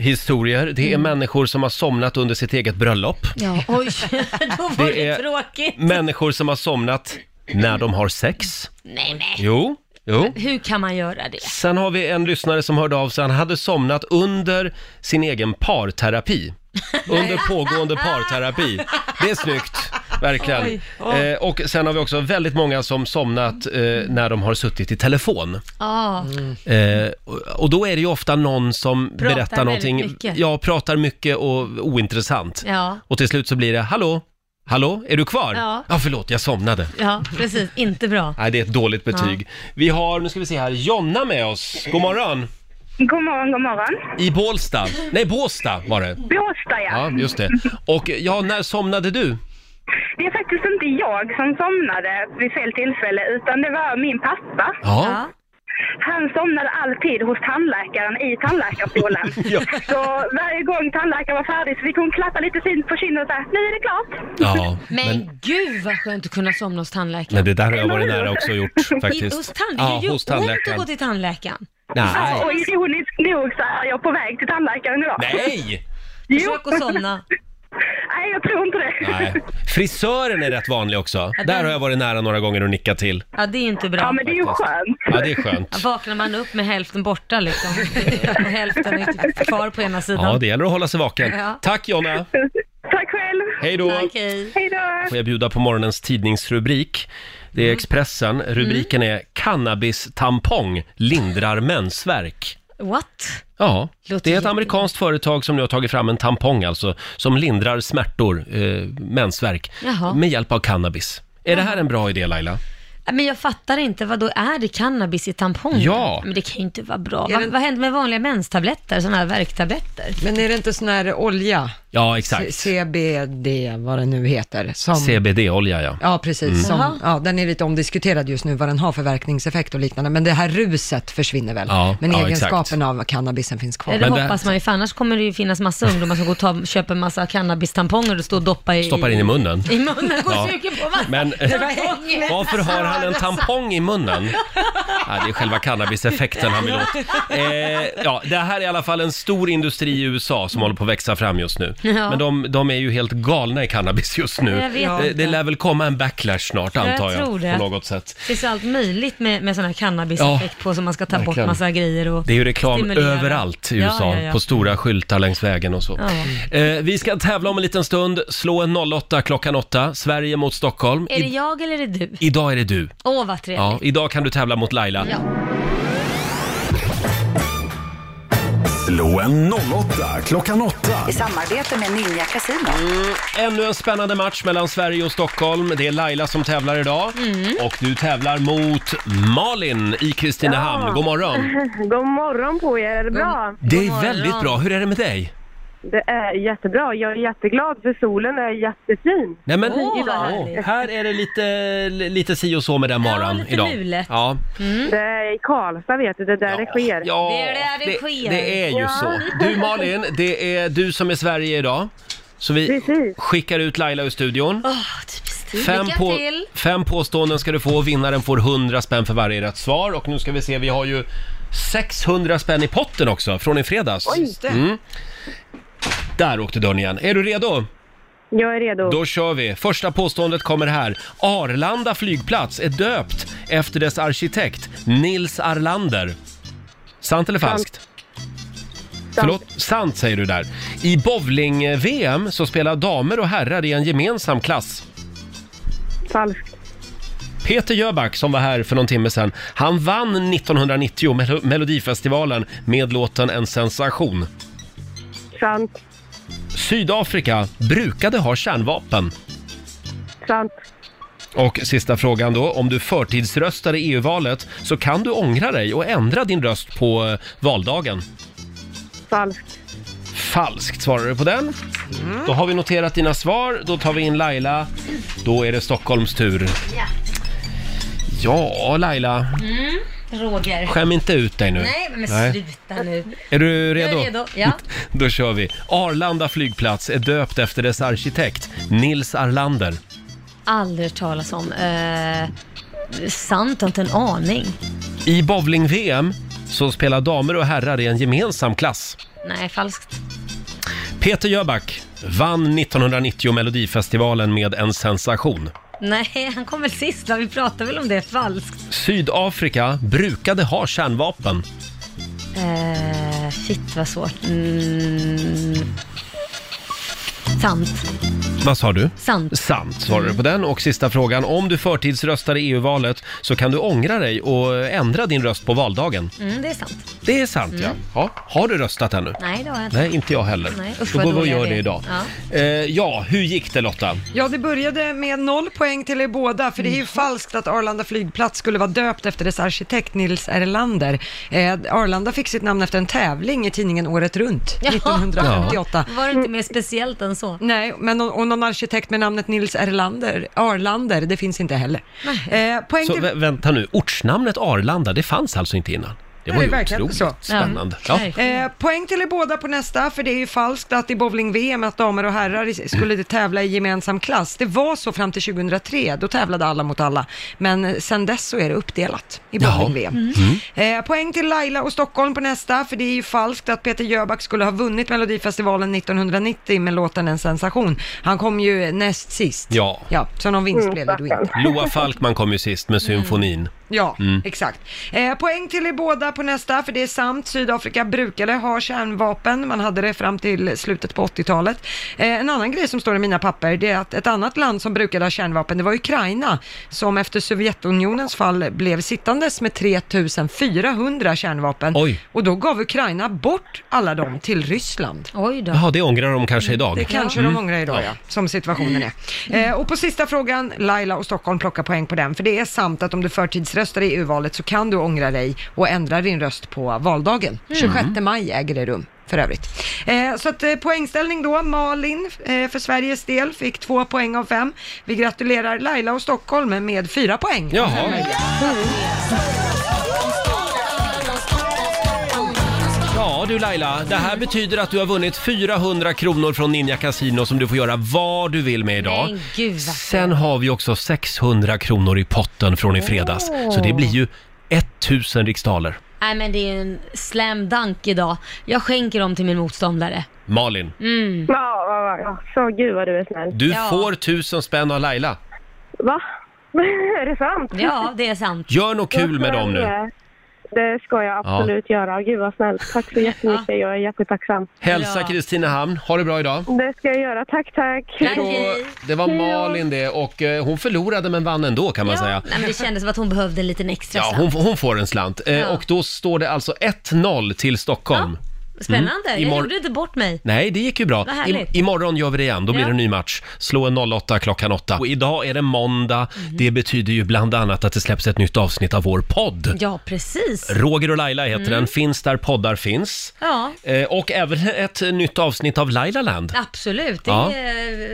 historier. Det
Mm.
är människor som har somnat under sitt eget bröllop.
Ja, oj, då var det,
Det är-
tråkigt.
Människor som har somnat när de har sex.
Nej, nej.
Jo, jo.
Hur kan man göra det?
Sen har vi en lyssnare som hörde av sig. Han hade somnat under sin egen parterapi. Under pågående parterapi. Det är snyggt, verkligen.
Oj, oj.
Eh, och sen har vi också väldigt många som somnat eh, när de har suttit i telefon.
Ja.
Eh, och- och då är det ju ofta någon som
Pratar
berättar någonting.
väldigt mycket.
Ja, pratar mycket och ointressant.
Ja.
Och till slut så blir det, hallå, hallå, är du kvar?
Ja.
ja förlåt, jag somnade.
ja, precis. Inte bra.
Nej, det är ett dåligt betyg. Vi har, nu ska vi se här, Jonna med oss. God morgon!
God morgon, god morgon.
I Bålsta. Nej, Båsta var det.
Blåsta, ja.
Ja, just det. Och ja, när somnade du?
Det är faktiskt inte jag som somnade vid fel tillfälle, utan det var min pappa.
Ja.
Han somnade alltid hos tandläkaren i tandläkarstolen. Så varje gång tandläkaren var färdig så fick hon klappa lite fint på kinden och säga nu är det klart.
Ja,
Men, gud vad skönt att kunna somna hos tandläkaren.
Men det där har jag varit nära också gjort, faktiskt.
I, hos tand...
Ja,
det gör ju
hos
ont
tandläkaren.
att gå till Alltså- tandläkaren.
Nej.
Ja, och ironiskt nog så är jag på väg till tandläkaren idag.
Nej!
Jo.
Försök att somna.
Nej, jag tror inte det.
Nej. Frisören är rätt vanlig också.
Ja, den-
Där har jag varit nära några gånger och nickat till.
Ja, det är ju inte bra. Ja, men
det är ju skönt.
Ja, det är skönt.
Vaknar man upp med hälften borta liksom. Och hälften är kvar på ena sidan.
Ja, det gäller att hålla sig vaken.
Ja.
Tack Jonna!
Tack själv.
Hej då.
Tack, hej.
Hej då.
Får jag bjuda på morgonens tidningsrubrik. Det
Mm.
är Expressen. Rubriken är “Cannabis-tampong lindrar mensvärk”.
What?
Ja,
Låter
det är ett
jätte-
amerikanskt företag som nu har tagit fram en tampong alltså, som lindrar smärtor, eh, mensvärk,
Jaha.
med hjälp av cannabis. Är det här en bra idé Laila?
Men jag fattar inte, vad då är det cannabis i tamponger?
Ja.
Men det kan ju inte vara bra.
Är
Vad,
det-
vad händer med vanliga menstabletter, sådana här värktabletter?
Men är det inte sån här olja?
Ja,
C- CBD, vad det nu heter. Som...
CBD-olja ja.
Ja, precis.
Mm. Jaha.
Som, ja, den är lite omdiskuterad just nu, vad den har för verkningseffekt och liknande. Men det här ruset försvinner väl?
Ja,
men
ja,
egenskapen av cannabisen finns kvar.
Ja, det hoppas man ju, för annars kommer det ju finnas massa ungdomar som går och tar, köper massa cannabistamponger och står och doppar i...
Stoppar in i munnen.
I munnen, går och
Ja.
suger på massa
Men eh,
tamponger.
varför har han en tampong i munnen? Nej, det är själva cannabiseffekten han vill åt. Eh, ja, det här är i alla fall en stor industri i USA som håller på att växa fram just nu.
Mm. Ja.
Men de, de är ju helt galna i cannabis just nu. Eh,
Jag vet
det,
inte.
det lär väl komma en backlash snart
Jag
antar jag,
tror det.
på något sätt.
Det är så allt möjligt med, med sådana här cannabiseffekt på som man ska ta
verkligen.
bort massa grejer och
Det är ju reklam
stimulera.
överallt i
Ja,
USA,
ja, ja.
på stora skyltar längs vägen och så.
Ja.
Eh, vi ska tävla om en liten stund, slå en 08 klockan 8, Sverige mot Stockholm.
Är det
I-
jag eller är det du?
Idag är det du.
Åh, vad
Ja,
trevligt.
idag kan du tävla mot Laila.
Ja.
Slå en 08 klockan 8.
I samarbete med Ninja Casino.
Mm, Ännu en spännande match mellan Sverige och Stockholm. Det är Laila som tävlar idag.
Mm.
Och du tävlar mot Malin i Kristinehamn. God morgon!
God morgon på er, är det bra?
Det är väldigt bra. Hur är det med dig?
Det är jättebra. Jag är jätteglad för solen är jättefin.
Nej men,
Idag.
här är det lite, lite si och så med den varan
lite
idag.
mulet.
Ja,
Det är i Karlstad vet du, det är där det sker.
Ja,
det är där
det, det är ju så. Du Malin, det är du som är Sverige idag. Så vi skickar ut Laila ur studion. Fem,
Lycka
på,
till!
fem påståenden ska du få och vinnaren får 100 spänn för varje rätt svar. Och nu ska vi se, vi har ju 600 spänn i potten också från i fredags.
Oj, just det.
Mm. Där åkte dörren igen. Är du redo?
Jag är redo.
Då kör vi. Första påståendet kommer här. Arlanda flygplats är döpt efter dess arkitekt Nils Arlander. Sant eller falskt? Förlåt, sant säger du där. I bowling-VM så spelar damer och herrar i en gemensam klass.
Falskt.
Peter Jöback, som var här för någon timme sedan, han vann 1990 Mel- Melodifestivalen med låten En sensation.
Sant,
Sydafrika brukade ha kärnvapen.
sant,
Och sista frågan då, om du förtidsröstar i EU-valet så kan du ångra dig och ändra din röst på eh, valdagen.
falskt.
Falskt svarar du på den.
Mm.
Då har vi noterat dina svar, då tar vi in Laila. Då är det Stockholms tur.
Ja.
Ja, Laila,
Mm, Roger.
skäm inte ut dig nu.
Nej, men sluta nu.
Är du redo?
Jag är redo, ja.
Då kör vi. Arlanda flygplats är döpt efter dess arkitekt, Nils Arlander.
Aldrig hört talas om. Eh, sant, inte en aning.
I bowling-VM så spelar damer och herrar i en gemensam klass.
Nej, falskt.
Peter Jöback vann 1990 Melodifestivalen med en sensation.
Nej, han kom väl sist va? Vi pratade väl om det? Falskt.
Sydafrika brukade ha kärnvapen.
Eh, shit vad svårt. Mm, sant.
Vad sa du?
Sant.
Sant svarade du på den. Och sista frågan. Om du förtidsröstar i EU-valet så kan du ångra dig och ändra din röst på valdagen.
Mm, det är sant.
Det är sant
Mm.
ja. ja. Har du röstat ännu?
Nej, det har jag inte.
Nej, inte jag heller.
Nej,
Då
vad
går vi och
dåliga
gör
vi
det
är.
idag.
Ja.
Eh, ja, hur gick det Lotta?
Ja, det började med noll poäng till er båda, för det är ju falskt att Arlanda flygplats skulle vara döpt efter dess arkitekt Nils Erlander. Eh, Arlanda fick sitt namn efter en tävling i tidningen Året Runt
Ja.
1958.
Var det inte mer speciellt än så?
Nej, men någon, och någon arkitekt med namnet Nils Erlander, Arlander, det finns inte heller. Eh, poäng
Så
till...
vä- vänta nu, ortsnamnet Arlanda, det fanns alltså inte innan? Det var
Nej,
ju
verkligen
otroligt
så.
spännande.
Ja.
Ja.
Eh,
Mm.
poäng till er båda på nästa, för det är ju falskt att i bowling-VM att damer och herrar i-
Mm.
skulle tävla i gemensam klass. Det var så fram till 2003, då tävlade alla mot alla. Men sen dess så är det uppdelat i
Jaha.
bowling-VM.
Mm.
Eh, poäng till Laila och Stockholm på nästa, för det är ju falskt att Peter Jöback skulle ha vunnit Melodifestivalen 1990 med låten En sensation. Han kom ju näst sist.
Ja.
Ja, så någon vinst
Mm.
blev det då inte.
Loa Falkman kom ju sist med symfonin.
Ja,
Mm.
exakt. Eh, poäng till er båda på nästa, för det är sant. Sydafrika brukade ha kärnvapen. Man hade det fram till slutet på 80-talet. Eh, en annan grej som står i mina papper, det är att ett annat land som brukade ha kärnvapen, det var Ukraina, som efter Sovjetunionens fall blev sittandes med 3400 kärnvapen. Och då gav Ukraina bort alla dem till Ryssland.
Oj då.
Jaha, det ångrar de
Mm,
kanske idag.
Det kanske de ångrar idag, ja. Som situationen är. Eh, och på sista frågan, Laila och Stockholm plockar poäng på den, för det är sant att om du förtidsröstar i EU-valet så kan du ångra dig och ändra din röst på valdagen. 26 maj äger det rum. För övrigt. Eh, så att eh, poängställning då, Malin eh, för Sveriges del fick två poäng av fem. Vi gratulerar Laila och Stockholm med fyra poäng.
Jaha. Ja du Laila, det här betyder att du har vunnit 400 kronor från Ninja Casino som du får göra vad du vill med idag.
Men gud vad
Sen har vi också 600 kronor i potten från i fredags.
Åh.
Så det blir ju 1000 riksdaler.
Nej men det är ju en slam dunk idag. Jag skänker dem till min motståndare.
Malin,
Mm.
Ja, ja, ja. Så gud vad du är snäll.
du
ja.
får 1000 spänn av Laila.
Va? är det sant?
Ja, det är sant.
Gör något kul
Jag
med
ska-
dem nu.
Det ska jag
Ja.
absolut göra. Gud vad snällt. Tack så jättemycket. Jag är jättetacksam.
Hälsa Kristinehamn, ha det bra idag.
Det ska jag göra. Tack, tack.
Det var
Hej då.
Malin det och eh, hon förlorade men vann ändå kan man säga.
Nej, men det kändes som att hon behövde en liten extra
Ja,
slant.
hon, hon får en slant. Eh,
Ja.
Och då står det alltså 1-0 till Stockholm.
Spännande,
Mm.
jag
Imorgon-
gjorde inte bort mig.
Nej, det gick ju bra.
Vad
I,
härligt.
imorgon gör vi det igen, då blir
Ja.
det en ny match. Slå en 08 klockan 8. Och idag är det måndag,
Mhm.
det betyder ju bland annat att det släpps ett nytt avsnitt av vår podd.
Ja, precis.
Roger och Laila heter
Mm.
den, finns där poddar finns.
Ja,
Eh, och även ett nytt avsnitt av Lailaland.
absolut. Det
Ja.
är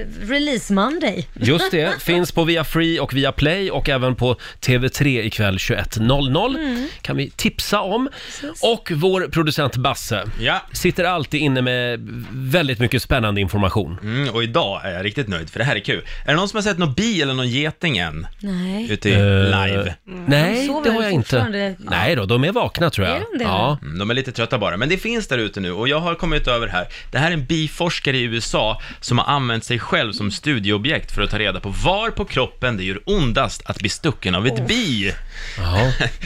eh, release monday.
Just det, finns på via Free och via Play och även på TV3 ikväll 21.00.
Mm.
Kan vi tipsa om. Och vår producent Basse sitter alltid inne med väldigt mycket spännande information.
Mm, och idag är jag riktigt nöjd, för det här är kul. Är det någon som har sett någon bi eller någon geting än?
Nej.
Ute i
Eh,
live?
nej, De sover det har jag inte. fortfarande. Nej då, de är vakna tror jag.
Är de det?
Ja.
Mm, de är lite trötta bara, men det finns där ute nu och jag har kommit över här. Det här är en biforskare i USA som har använt sig själv som studieobjekt för att ta reda på var på kroppen det gör ondast att bli stucken av ett
Oh.
bi.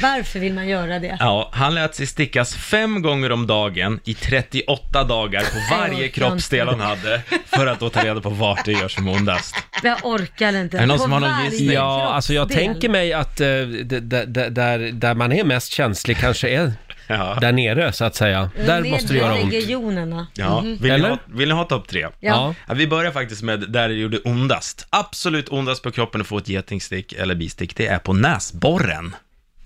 Varför vill man göra det?
Ja, han lät sig stickas fem gånger om dagen i 38 dagar på varje kroppsdel han hade för att då ta reda på vart det gör som ondast.
Jag orkar inte.
Är det någon som
På
har någon
varje
gissning?
Ja, alltså jag
kroppsdel.
tänker mig att eh, d- d- d- där, där man är mest känslig kanske är där nere så att säga. Där
Ner
måste det göra
i
ont.
regionerna.
Ja,
Mhm.
vill, ni
Eller?
ha, vill ni ha topp tre?
Ja.
Vi börjar faktiskt med där det gjorde ondast. Absolut ondast på kroppen att få ett getingstick eller bistick, det är på näsborren.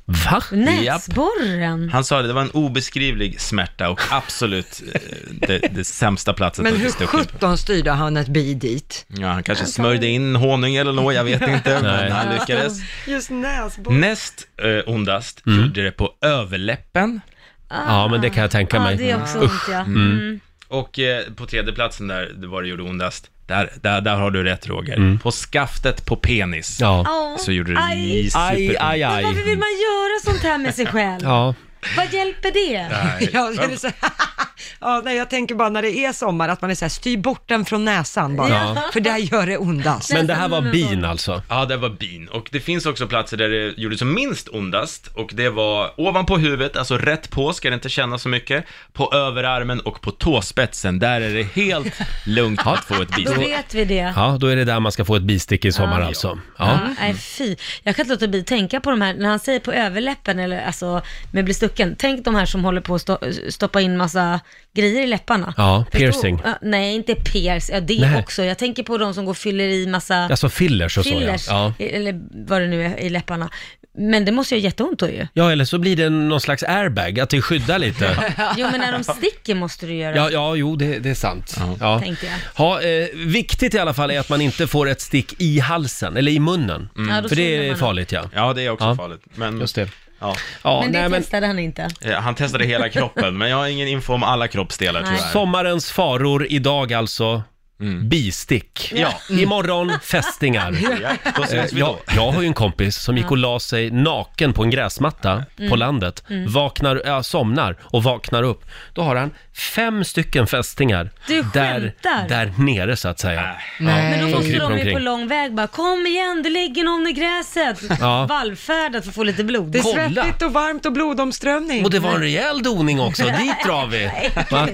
Va?
Näsborren.
Han sa det, det var en obeskrivlig smärta och absolut eh, det, det sämsta platsen
Men
att bli
hur
stucken.
sjutton styrde han ett bi dit?
Ja, han kanske smörjde in honung eller något, jag vet inte, men han lyckades.
Just näsborren.
Näst eh, ondast
Mm.
gjorde det på överläppen.
Ja, men det kan jag tänka
Ja,
mig.
Ah, det är också
Usch.
ont ja.
Mm.
Mm.
Och eh, på tredje platsen där, det var det gjorde ondast. Där, där, där har du rätt Roger.
Mm.
På skaftet på penis.
Ja.
Så gjorde det
Aj.
super...
Aj, aj, aj.
Men varför vill man göra sånt här med sig själv?
Ja.
Vad hjälper det?
Nej.
Ja, det är så, ja, nej, jag tänker bara när det är sommar att man är så här, styr bort den från näsan bara.
Ja.
För där gör det ondast.
Mm.
alltså?
Ja, det var bin. Och det finns också platser där det gjorde som minst ondast. Och det var ovanpå huvudet, alltså rätt på, ska det inte kännas så mycket. På överarmen och på tåspetsen. Där är det helt lugnt att få ett
Då
bistick.
vet vi det.
Ja, då är det där man ska få ett bistick i sommar
Ja.
alltså.
Ja.
Ja.
Nej, fy. Jag kan inte låta bli att tänka på de här, när han säger på överläppen eller alltså med bli stucken, tänk de här som håller på att sto- stoppa in massa grejer i läpparna.
Ja,
Förstår-
piercing.
Ja, nej, inte piercing, ja, det
Nej.
också. Jag tänker på de som går och fyller i massa
Alltså fillers och så, ja.
fillers,
Ja.
eller vad det nu är i läpparna. Men det måste ju ha jätteont då ju.
ja, eller så blir det någon slags airbag, att det skyddar lite.
Jo, men när de sticker måste du göra,
Ja, ja, jo, det, det är sant. Ja.
tänkte jag.
Ja, eh, viktigt i alla fall är att man inte får ett stick i halsen, eller i munnen.
Mm. Ja, då
För
känner
det är
man att-
farligt ja.
Ja, det är också farligt. Men...
Just det.
Ja.
men det testade han inte.
Eh, Han testade hela kroppen, men jag har ingen info om alla kroppsdelar
Nej.
tyvärr.
Sommarens faror idag alltså.
Mm.
Bistick.
Ja.
Mm.
Imorgon fästingar.
Ja, då ses
Eh,
vi
jag,
då.
jag har ju en kompis som gick och la sig naken på en gräsmatta på
Mm.
landet.
Mm.
Vaknar, ja, somnar och vaknar upp. Då har han fem stycken fästingar
Du
där,
skämtar.
där nere så att säga.
Äh.
Ja,
Men då
som
måste
kryper
de ju
omkring.
på lång väg bara, kom igen, det ligger någon i gräset.
Ja.
Vallfärdat för att få lite blod.
Det är Kolla. svettigt
och varmt och blodomströmning.
Och det var en rejäl doning också, dit drar vi! Va?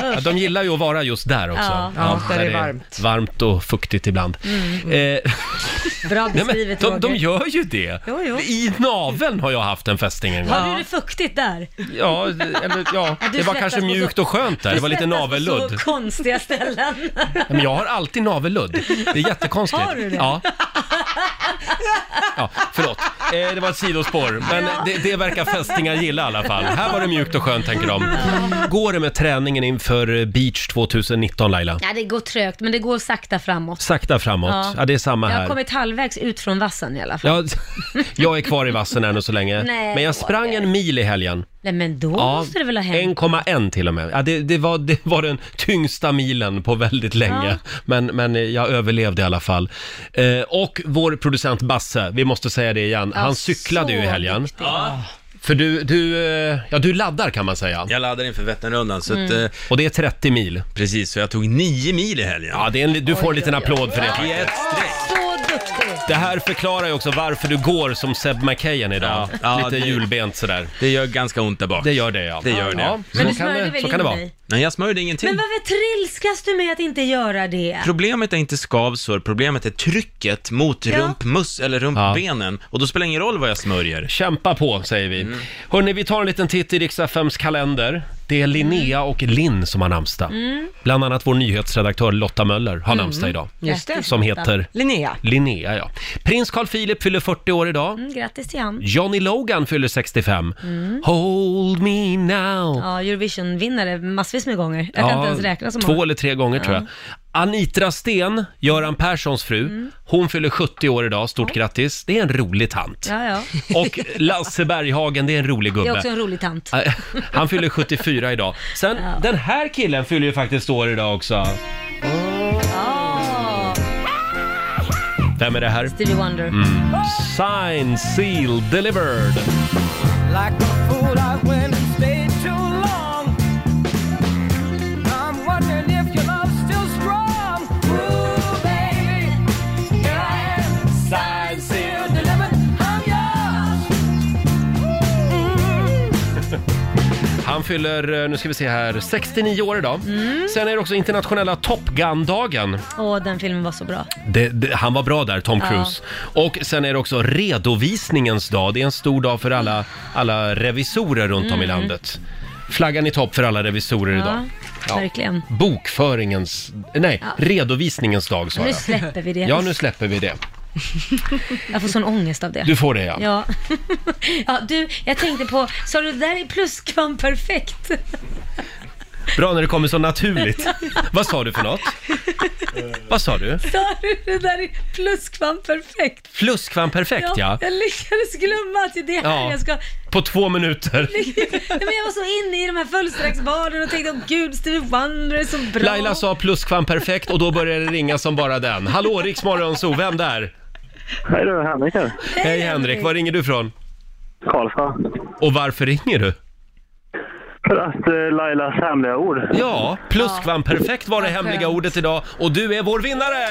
Ja, de gillar ju att vara just där också.
Ja. Ja, där det är varmt.
varmt och fuktigt ibland.
Mm.
Eh,
Bra
nej, men
beskrivet
de, de
Roger.
gör ju det!
Jo, jo.
I naveln har jag haft en fästing en gång.
Har du det fuktigt där?
Ja, det- eller, ja.
Ja,
det
du
var
svettas
kanske
på
mjukt
så-
och skönt där. Det
Du
var lite
svettas på
navelludd.
Så konstiga ställen.
Ja, Men jag har alltid navelludd. Det är jättekonstigt.
Har du det?
Ja. ja förlåt, eh, det var ett sidospår. Men det, det verkar fästingar gilla i alla fall. Här var det mjukt och skönt tänker de. Går det med träningen inför eh, Beach 2019 Laila?
Nej, det går trögt, men det går sakta framåt.
Sakta framåt. Ja, det är samma
Jag har
här.
kommit halvvägs ut från vassen i alla fall.
Jag, jag är kvar i vassen ännu så länge.
Nej,
Men jag sprang en mil i helgen.
Nej, men då
Ja,
måste det väl ha hänt?
1,1 till och med. Ja, det, det, var, det var den tyngsta milen på väldigt länge. Men, men jag överlevde i alla fall. Eh, och vår producent Basse, vi måste säga det igen,
Ja,
han cyklade ju i
så
helgen.
viktigt. Ja.
För du, du, eh, ja, du laddar kan man säga.
Jag laddar inför Vätternrundan, så att,
Mm.
eh,
Och det är 30 mil.
Precis, så jag tog 9 mil i helgen.
Ja, det är en, li- du får en liten applåd för det
I ett streck.
Så duktig!
Det här förklarar ju också varför du går som Seb McKayen idag. Lite julbent sådär.
Det gör ganska ont där bak. Det
gör det ja.
Det gör det.
Ja,
Men du smörjde väl in dig?
Nej, jag smörjde ingenting.
Men varför trilskas du med att inte göra det?
Problemet är inte skavsår, problemet är trycket mot
Ja.
rumpmus eller rumpbenen. Och då spelar det ingen roll vad jag smörjer.
Kämpa på, säger vi. Hörni, vi tar en liten titt i Riks-FMs kalender. Det är Linnea
Mm.
och Linn som har namnsdag.
Mm.
Bland annat vår nyhetsredaktör Lotta Möller har
Mm.
namnsdag idag.
Just det.
Som heter
Linnea.
Linnea, ja. Prins Carl Philip fyller 40 år idag.
Mm, grattis till han.
Johnny Logan fyller 65.
Mm.
Hold me now.
Ja, Eurovision-vinnare massvis med gånger. Jag kan inte ens räkna så
två
många.
eller tre gånger tror jag. Anitra Sten, Göran Perssons fru,
Mm.
hon fyller 70 år idag. Stort grattis. Det är en rolig tant.
Ja, ja.
Och Lasse Berghagen, det är en rolig
Det
gubbe.
är också en rolig tant.
Han fyller 74 idag. Sen,
Ja.
den här killen fyller ju faktiskt år idag också.
Ah,
Vem är det här?
Stevie Wonder.
Mm. Sign, seal, delivered.
Like a fool, I went and stayed too long. I'm wondering if your love's still strong. Ooh, baby, here I am, signed, sealed, delivered. I'm yours.
Han fyller, eh, nu ska vi se här, 69 år idag.
Mm.
Sen är det också internationella Top Gun-dagen.
Åh, den filmen var så bra.
Det, det, han var bra där, Tom
Ja.
Cruise. Och sen är det också redovisningens dag. Det är en stor dag för alla, alla revisorer runt om i
Mm.
landet. Flaggan i topp för alla revisorer
Ja,
idag.
verkligen.
Bokföringens, nej,
Ja.
redovisningens dag sa
Nu
jag.
släpper vi det.
Ja, nu släpper vi det.
Jag får sån ångest av det.
Du får det ja.
Ja. ja, du, jag tänkte på, sa du det där är pluskvamperfekt?
Bra när det kommer så naturligt. Vad sa du för något? Vad sa du?
Sa du det där är pluskvamperfekt?
Fluskvamperfekt ja.
Jag lyckades glömma att det är här
Ja.
jag ska...
På två minuter.
Nej, men jag var så inne i de här fullsträcksbaren och tänkte, åh gud, Stevie Wonder är så bra.
Laila sa pluskvamperfekt och då började det ringa som bara den. Hallå, Riks Morgonzoo, vem där?
Hej, det är Henrik här.
Hej Henrik, var ringer du från?
Karlstad.
Och varför ringer du?
För att eh, Lailas hemliga ord.
Ja, pluskvamperfekt var det hemliga ordet idag och du är vår vinnare!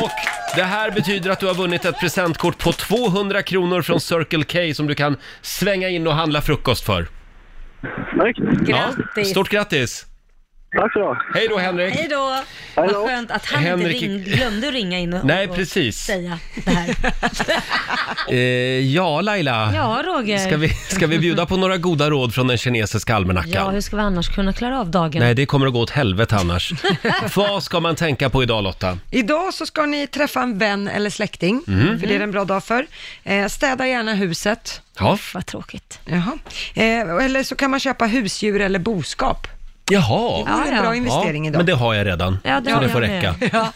Och det här betyder att du har vunnit ett presentkort på 200 kronor från Circle K som du kan svänga in och handla frukost för.
Snyggt!
Ja,
Grattis.
stort grattis!
Tack så
Hej då Henrik!
Hej då!
Hej
Vad
då.
skönt att han
Henrik-
inte ring, glömde att ringa in och,
Nej,
och
precis.
säga det här.
Eh, ja Laila,
Ja, Roger.
Ska, vi, ska vi bjuda på några goda råd från den kinesiska
Ja,
almanackan?
hur ska vi annars kunna klara av dagen?
Nej, det kommer att gå åt helvete annars. Vad ska man tänka på idag Lotta?
Idag så ska ni träffa en vän eller släkting,
Mm.
för det är det en bra dag för. Eh, städa gärna huset.
Ja.
Vad tråkigt.
Jaha. Eh, eller så kan man köpa husdjur eller boskap.
Jaha.
Det vore en bra investering
ja,
idag.
Men det har jag redan,
Ja, det
så
har
det
jag
får
med.
räcka.
Ja.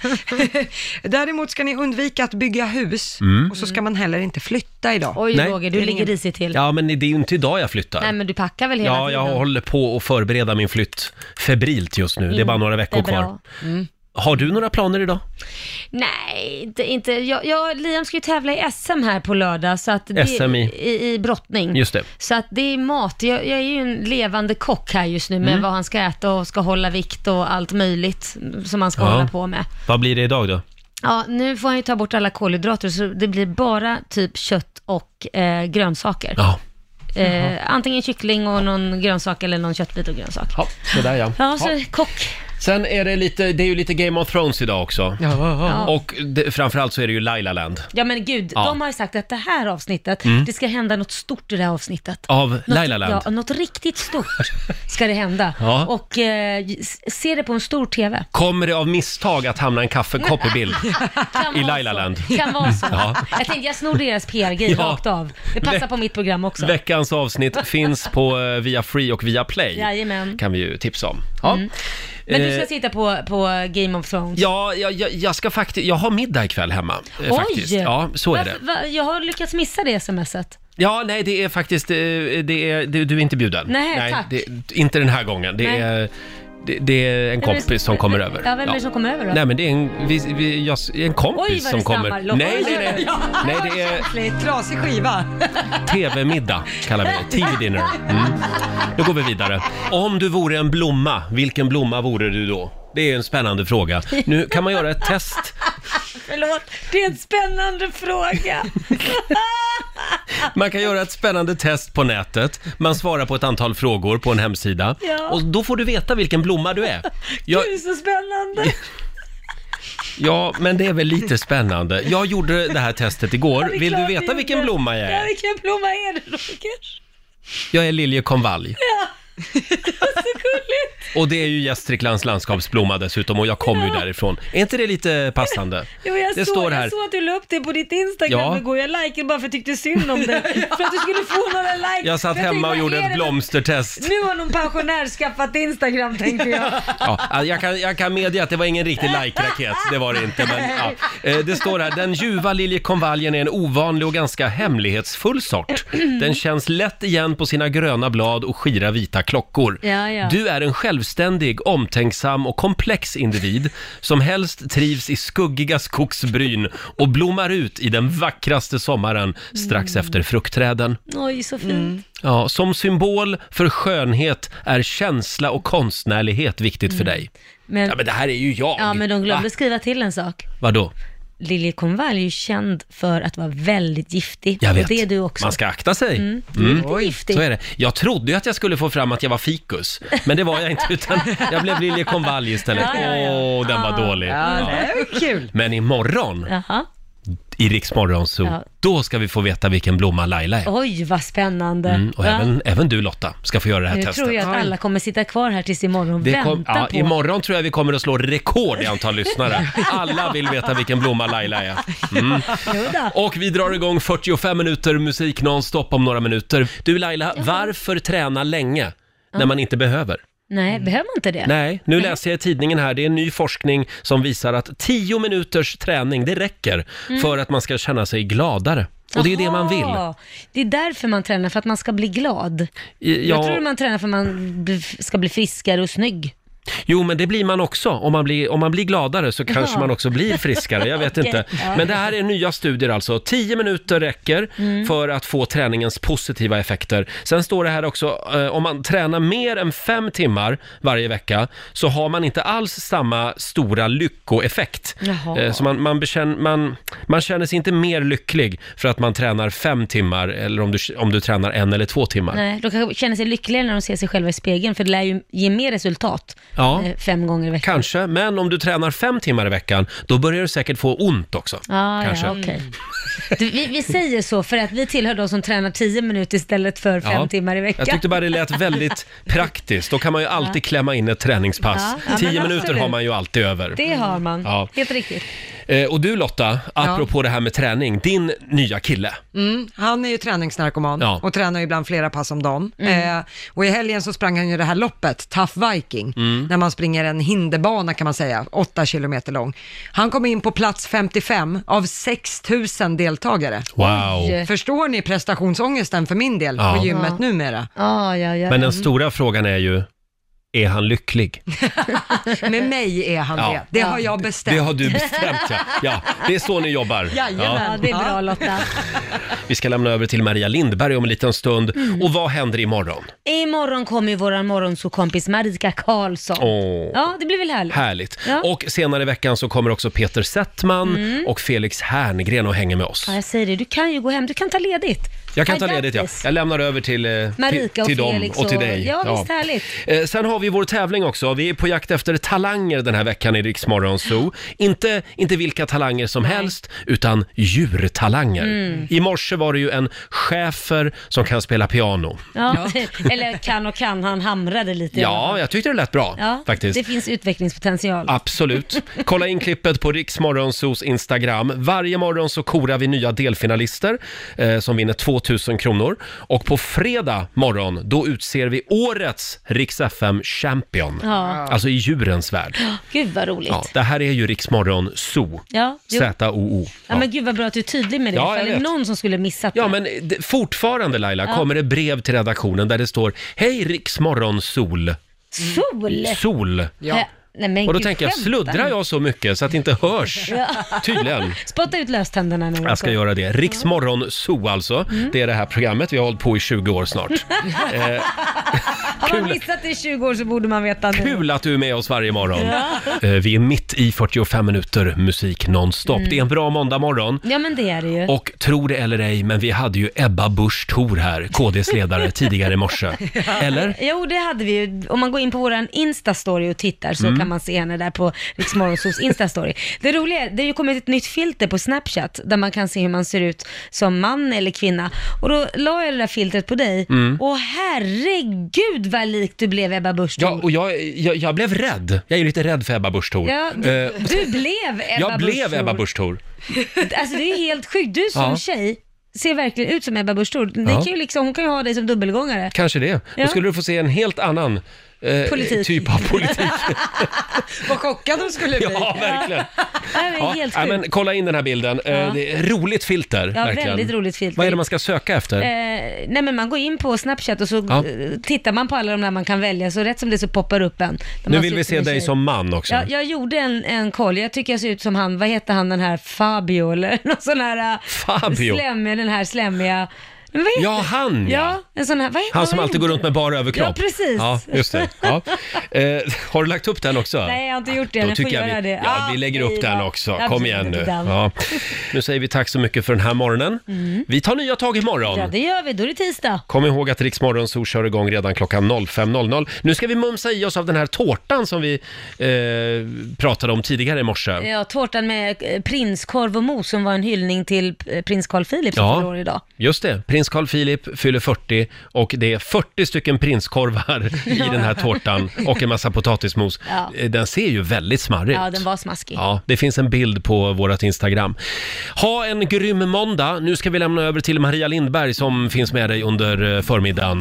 Däremot ska ni undvika att bygga hus
Mm.
och så ska man heller inte flytta idag.
Oj
Nej. Roger, du ligger
risigt till.
Ja, men det är ju inte idag jag flyttar.
Nej, men du packar väl hela
ja, jag
tiden?
håller på att förbereda min flytt febrilt just nu. Det är bara några veckor
Inte Mm, bra.
kvar. Har du några planer idag?
Nej, inte, inte. Jag, jag, Liam ska ju tävla i SM här på lördag. Så att det,
SM i?
I, i brottning.
Just det.
Så att det är mat. Jag, jag är ju en levande kock här just nu med
Mm.
vad han ska äta och ska hålla vikt och allt möjligt som han ska
Ja.
hålla på med.
Vad blir det idag då?
Ja, nu får han ju ta bort alla kolhydrater så det blir bara typ kött och eh, grönsaker.
Ja.
Eh, antingen kyckling och någon grönsak eller någon köttbit och grönsak.
Ja, sådär ja.
Ja, så
Ja.
kock.
Sen är det lite, det är ju lite Game of Thrones idag också.
Ja.
Och det, framförallt så är det ju Laila Land.
Ja men gud,
Ja.
de har ju sagt att det här avsnittet,
Mm.
det ska hända något stort i det här avsnittet.
Av Laila
något,
Land.
ja, något riktigt stort ska det hända.
Ja.
Och eh, s- se det på en stor TV.
Kommer det av misstag att hamna en kaffekopp i bild
Kan
i
vara
Laila Land?
så. Kan vara så.
Ja.
Jag tänkte jag snor deras PR-grej
Ja.
rakt av. Det passar på mitt program också.
Veckans avsnitt finns på eh, via Free och via Play.
Jajamän. Mm.
kan vi ju tipsa om. Ja.
Men du ska
Eh,
sitta på, på Game of Thrones.
Ja, jag, jag, jag ska faktiskt, jag har middag ikväll hemma. eh, Faktiskt. Ja, så är det.
Varför- va- jag har lyckats missa det smset.
Ja, nej, det är faktiskt, eh, det är, det, du är inte bjuden.
Nej, tack.
Det, inte den här gången. Det
Nej.
är, det, det är en
Vem är det som-
kompis som kommer
vem-
över.
ja, vem är det som kommer över då?
Nej, men det är en, vi, vi, jag, en kompis
Oj, vad det
som kommer.
stammar,
Nej,
Lotta.
nej,
Oj,
nej.
oj, oj.
nej, det är
Trasig skiva.
TV-middag, kallar vi det. TV-dinner. Mm. Nu går vi vidare. Om du vore en blomma, vilken blomma vore du då? Det är ju en spännande fråga. Nu kan man göra ett test.
Förlåt, det är en spännande fråga.
Man kan göra ett spännande test på nätet. Man svarar på ett antal frågor på en hemsida.
Ja.
Och då får du veta vilken blomma du är. Jag,
Det är så spännande.
ja, men det är väl lite spännande. Jag gjorde det här testet
Ja,
igår.
det är
Vill du
klart
veta
gjorde.
vilken blomma jag
Ja,
är?
vilken blomma är det Roger?
Jag är liljekonvalj.
Ja. så gulligt.
Och det är ju Gästriklands landskapsblomma dessutom och jag kommer ju därifrån. Är inte det lite passande?
Jo, jag
det
såg,
står här.
Jag såg att du la upp det på ditt Instagram
Ja.
igår. Jag likade bara för att jag tyckte synd om dig. För att du skulle få några likes.
Jag satt
För tänkte,
hemma och
vad
gjorde
är
ett
det-
blomstertest.
Nu har någon pensionär skaffat Instagram tänkte jag.
Ja, alltså, jag, kan, jag kan medge att det var ingen riktig like-raket, det var det inte. Men, ja. Eh, Det står här, den ljuva liljekonvaljen är en ovanlig och ganska hemlighetsfull sort. Den känns lätt igen på sina gröna blad och skira vita klockor.
Ja, ja.
Du är en självständig, omtänksam och komplex individ som helst trivs i skuggiga skogsbryn och blommar ut i den vackraste sommaren strax
Mm.
efter fruktträden.
Oj, så fint.
Ja, som symbol för skönhet är känsla och konstnärlighet viktigt
Mm.
för dig.
Men-
ja, men det här är ju jag!
Ja, men de glömde
Va?
skriva till en sak.
Vadå?
Liljekonvalj är ju känd för att vara väldigt giftig.
Jag vet.
Och det är du också.
Man ska akta sig.
Mm, du är lite giftig.
Så är det. Jag trodde ju att jag skulle få fram att jag var fikus, men det var jag inte, utan jag blev liljekonvalj istället. Åh,
Ja, ja, ja.
den var
Ja.
dålig.
Ja, det
var kul.
Men imorgon,
Jaha.
i Rix Morgon Zoo,
Ja.
då ska vi få veta vilken blomma Laila är.
Oj, vad spännande.
Mm, och
Va?
även, även du Lotta ska få göra det här
nu
testet.
tror jag att alla kommer sitta kvar här tills imorgon och
Det
vänta
kom, ja,
på...
imorgon tror jag vi kommer att slå rekord i antal lyssnare. Alla vill veta vilken blomma Laila är. Mm. Och vi drar igång 45 minuter musik nonstop om några minuter. Du Laila, varför träna länge när
Ja.
man inte behöver?
Nej, behöver man inte det?
Nej, nu läser jag i tidningen här, det är ny forskning som visar att 10 minuters träning, det räcker
Mm.
för att man ska känna sig gladare. Och det är ju det man vill.
Jaha. Det är därför man tränar, för att man ska bli glad.
I-
Jag
ja.
tror man tränar för att man bli- ska bli friskare och snygg.
Jo, men det blir man också. Om man blir, om man blir gladare så kanske
Ja.
man också blir friskare. Jag vet
Okej.
inte.
Ja.
Men det här är nya studier alltså. 10 minuter räcker
Mm.
för att få träningens positiva effekter. Sen står det här också, eh, om man tränar mer än 5 timmar varje vecka så har man inte alls samma stora lyckoeffekt.
Jaha.
Eh, Så man, man, bekänn, man, man känner sig inte mer lycklig för att man tränar 5 timmar eller om du, om du tränar en eller två timmar.
Nej, de kanske känner sig lyckligare när de ser sig själva i spegeln, för det lär ju ge mer resultat
Ja.
eh, fem gånger i veckan.
Kanske, men om du tränar fem timmar i veckan, då börjar du säkert få ont också.
Ah,
Kanske. Mm.
Ja, okej. du, vi, vi säger så för att vi tillhör de som tränar 10 minuter istället för 5
Ja.
timmar i veckan.
Jag tyckte bara det lät väldigt praktiskt. Då kan man ju alltid
Ja.
klämma in ett träningspass.
Ja, ja, men
Tio
absolut.
minuter har man ju alltid över.
Det har man,
Ja.
helt riktigt.
Eh, Och du Lotta, apropå det här med träning, din nya kille.
Mm, han är ju träningsnarkoman
Ja.
och tränar ibland flera pass om dagen.
Mm.
Eh, och i helgen så sprang han ju det här loppet, Tough Viking,
Mm.
när man springer en hinderbana kan man säga, 8 kilometer lång. Han kom in på plats 55 av 6 000 deltagare.
Wow. Oj.
Förstår ni prestationsångesten för min del
Eh. Ja.
på gymmet
Ja.
numera?
Ah, ja, ja,
Men
ja.
den stora frågan är ju, är han lycklig?
Med mig är han
Ja.
det. Det har jag bestämt.
Det har du bestämt ja. ja det är så ni jobbar.
Jajamän.
det är bra Lotta.
Vi ska lämna över till Maria Lindberg om en liten stund.
Mm.
Och vad händer imorgon?
Imorgon kommer ju våran morgonsåkompis Marika Karlsson.
Åh.
Ja, det blir väl härligt.
Härligt.
Ja.
Och senare i veckan så kommer också Peter Settman
Mm.
och Felix Herngren och hänger med oss.
Ja, jag säger det, du kan ju gå hem, du kan ta ledigt.
Jag kan ta
Ja,
ledigt, ja.
grattis.
Jag lämnar över till, eh,
Marika
till,
och
till dem
Felix
och till dig.
Ja, visst härligt.
Eh, Sen har vi vår tävling också. Vi är på jakt efter talanger den här veckan i Riksmorgon Zoo. Inte, inte vilka talanger som helst, utan djurtalanger.
Mm.
I morse var det ju en schäfer som kan spela piano.
Ja. Eller kan och kan, han hamrade lite. i alla
Ja,
fall.
jag tyckte det lät bra
ja.
faktiskt. Ah.
Det finns utvecklingspotential.
Absolut. Kolla in klippet på Riksmorgonsos Instagram. Varje morgon så korar vi nya delfinalister eh, som vinner 2000 kronor. Och på fredag morgon, då utser vi årets Riks FM Champion.
Ja.
Alltså i djurens värld.
Gud vad roligt.
Ja, det här är ju Riksmorgon Zoo.
Ja, jo.
Z-O-O.
Ja, men gud vad bra att du är tydlig med det.
Ja, jag
Ifall det är
vet.
någon som skulle missat
Ja,
det.
men det, fortfarande Laila
Ja.
kommer det brev till redaktionen där det står Hej Riksmorgon Sol.
Sol!
Sol.
Ja. Nej, men
Mm. Och då
gud,
tänker jag,
skämtar
sluddrar
ni?
jag så mycket så att det inte hörs?
Ja.
Tydligen.
Spotta ut löständerna nu.
Jag ska
Jakob.
göra det. Riksmorgon
Mm.
Zoo alltså. Det är det här programmet. Vi har hållit på i 20 år snart. Eh,
Har man
Kul.
missat det i 20 år så borde man veta nu.
Kul att du är med oss varje morgon.
Ja.
Eh, Vi är mitt i 45 minuter musik nonstop.
Mm.
Det är en bra måndagmorgon.
Ja men det är det ju.
Och tro det eller ej, men vi hade ju Ebba Busch Thor här, KDs ledare, tidigare i morse. Eller?
Jo, det hade vi ju. Om man går in på vår Insta-story och tittar så
Mm.
kan man se henne där på Riksmorgonsols Insta-story. Det roliga är, det har ju kommit ett nytt filter på Snapchat där man kan se hur man ser ut som man eller kvinna. Och då la jag det där filtret på dig
Mm.
och herregud vad lik du blev Ebba Busch
Ja, och jag, jag, jag blev rädd. Jag är lite rädd för Ebba Busch Thor.
Ja,
Eh,
du, du blev Ebba
jag blev
Busch
Ebba
Thor.
Busch Thor.
Alltså det är ju helt sjukt. Du som
Ja.
tjej ser verkligen ut som Ebba Busch Thor. Det
Ja.
kan ju liksom, Hon kan ju ha dig som dubbelgångare.
Kanske det.
Ja.
Då skulle du få se en helt annan eh,
Politik.
typ av politik.
Vad chockad hon skulle bli.
Ja, verkligen.
Ja, det är
Ja,
helt
nej,
sjukt.
men kolla in den här bilden. Eh,
Ja.
Det är roligt filter.
Ja,
verkligen.
väldigt roligt filter.
Vad är det man ska söka efter?
Eh, nej men man går in på Snapchat och så
Ja.
eh, tittar man på alla de där man kan välja, så rätt som det så poppar upp en. där
nu
man
vill
ser
vi
ut
se
en
dig
tjej.
som man också.
Ja, jag gjorde en, en koll, jag tycker jag ser ut som han, vad heter han den här Fabio eller någon sån här... eh,
Fabio.
Slämmig, den här slämmiga... Men vad heter-
Ja, han, ja.
en sån här, vad heter
Han som
vad
alltid går
heter
runt med bara överkropp.
Ja, precis.
Ja, just det. Ja. Eh, har du lagt upp den också?
Nej, jag har inte gjort det än,
Då
jag får
tycker
göra
jag vi,
det. Ah,
ja, vi lägger upp
okej
den
då.
också.
Absolut
Kom igen nu.
den.
Ja. Nu säger vi tack så mycket för den här morgonen.
Mm.
Vi tar nya tag
Ja,
imorgon.
det gör vi, då är det tisdag.
Kom ihåg att Rix Morgonzoo kör igång redan klockan 05.00. Nu ska vi mumsa i oss av den här tårtan som vi eh, pratade om tidigare i morse.
Ja, tårtan med eh, prinskorv och mos som var en hyllning till eh, prins Carl Philip som
Ja.
fyller år idag.
Just det, prins Carl Philip fyller 40 och det är 40 stycken prinskorvar i
Ja.
den här tårtan och en massa potatismos.
Ja.
Eh, Den ser ju väldigt smarrig
Ja,
ut.
den var smaskig.
Ja, det finns en bild på vårt Instagram. Ha en grym måndag. Nu ska vi lämna över till Maria Lindberg som finns med dig under eh, förmiddagen.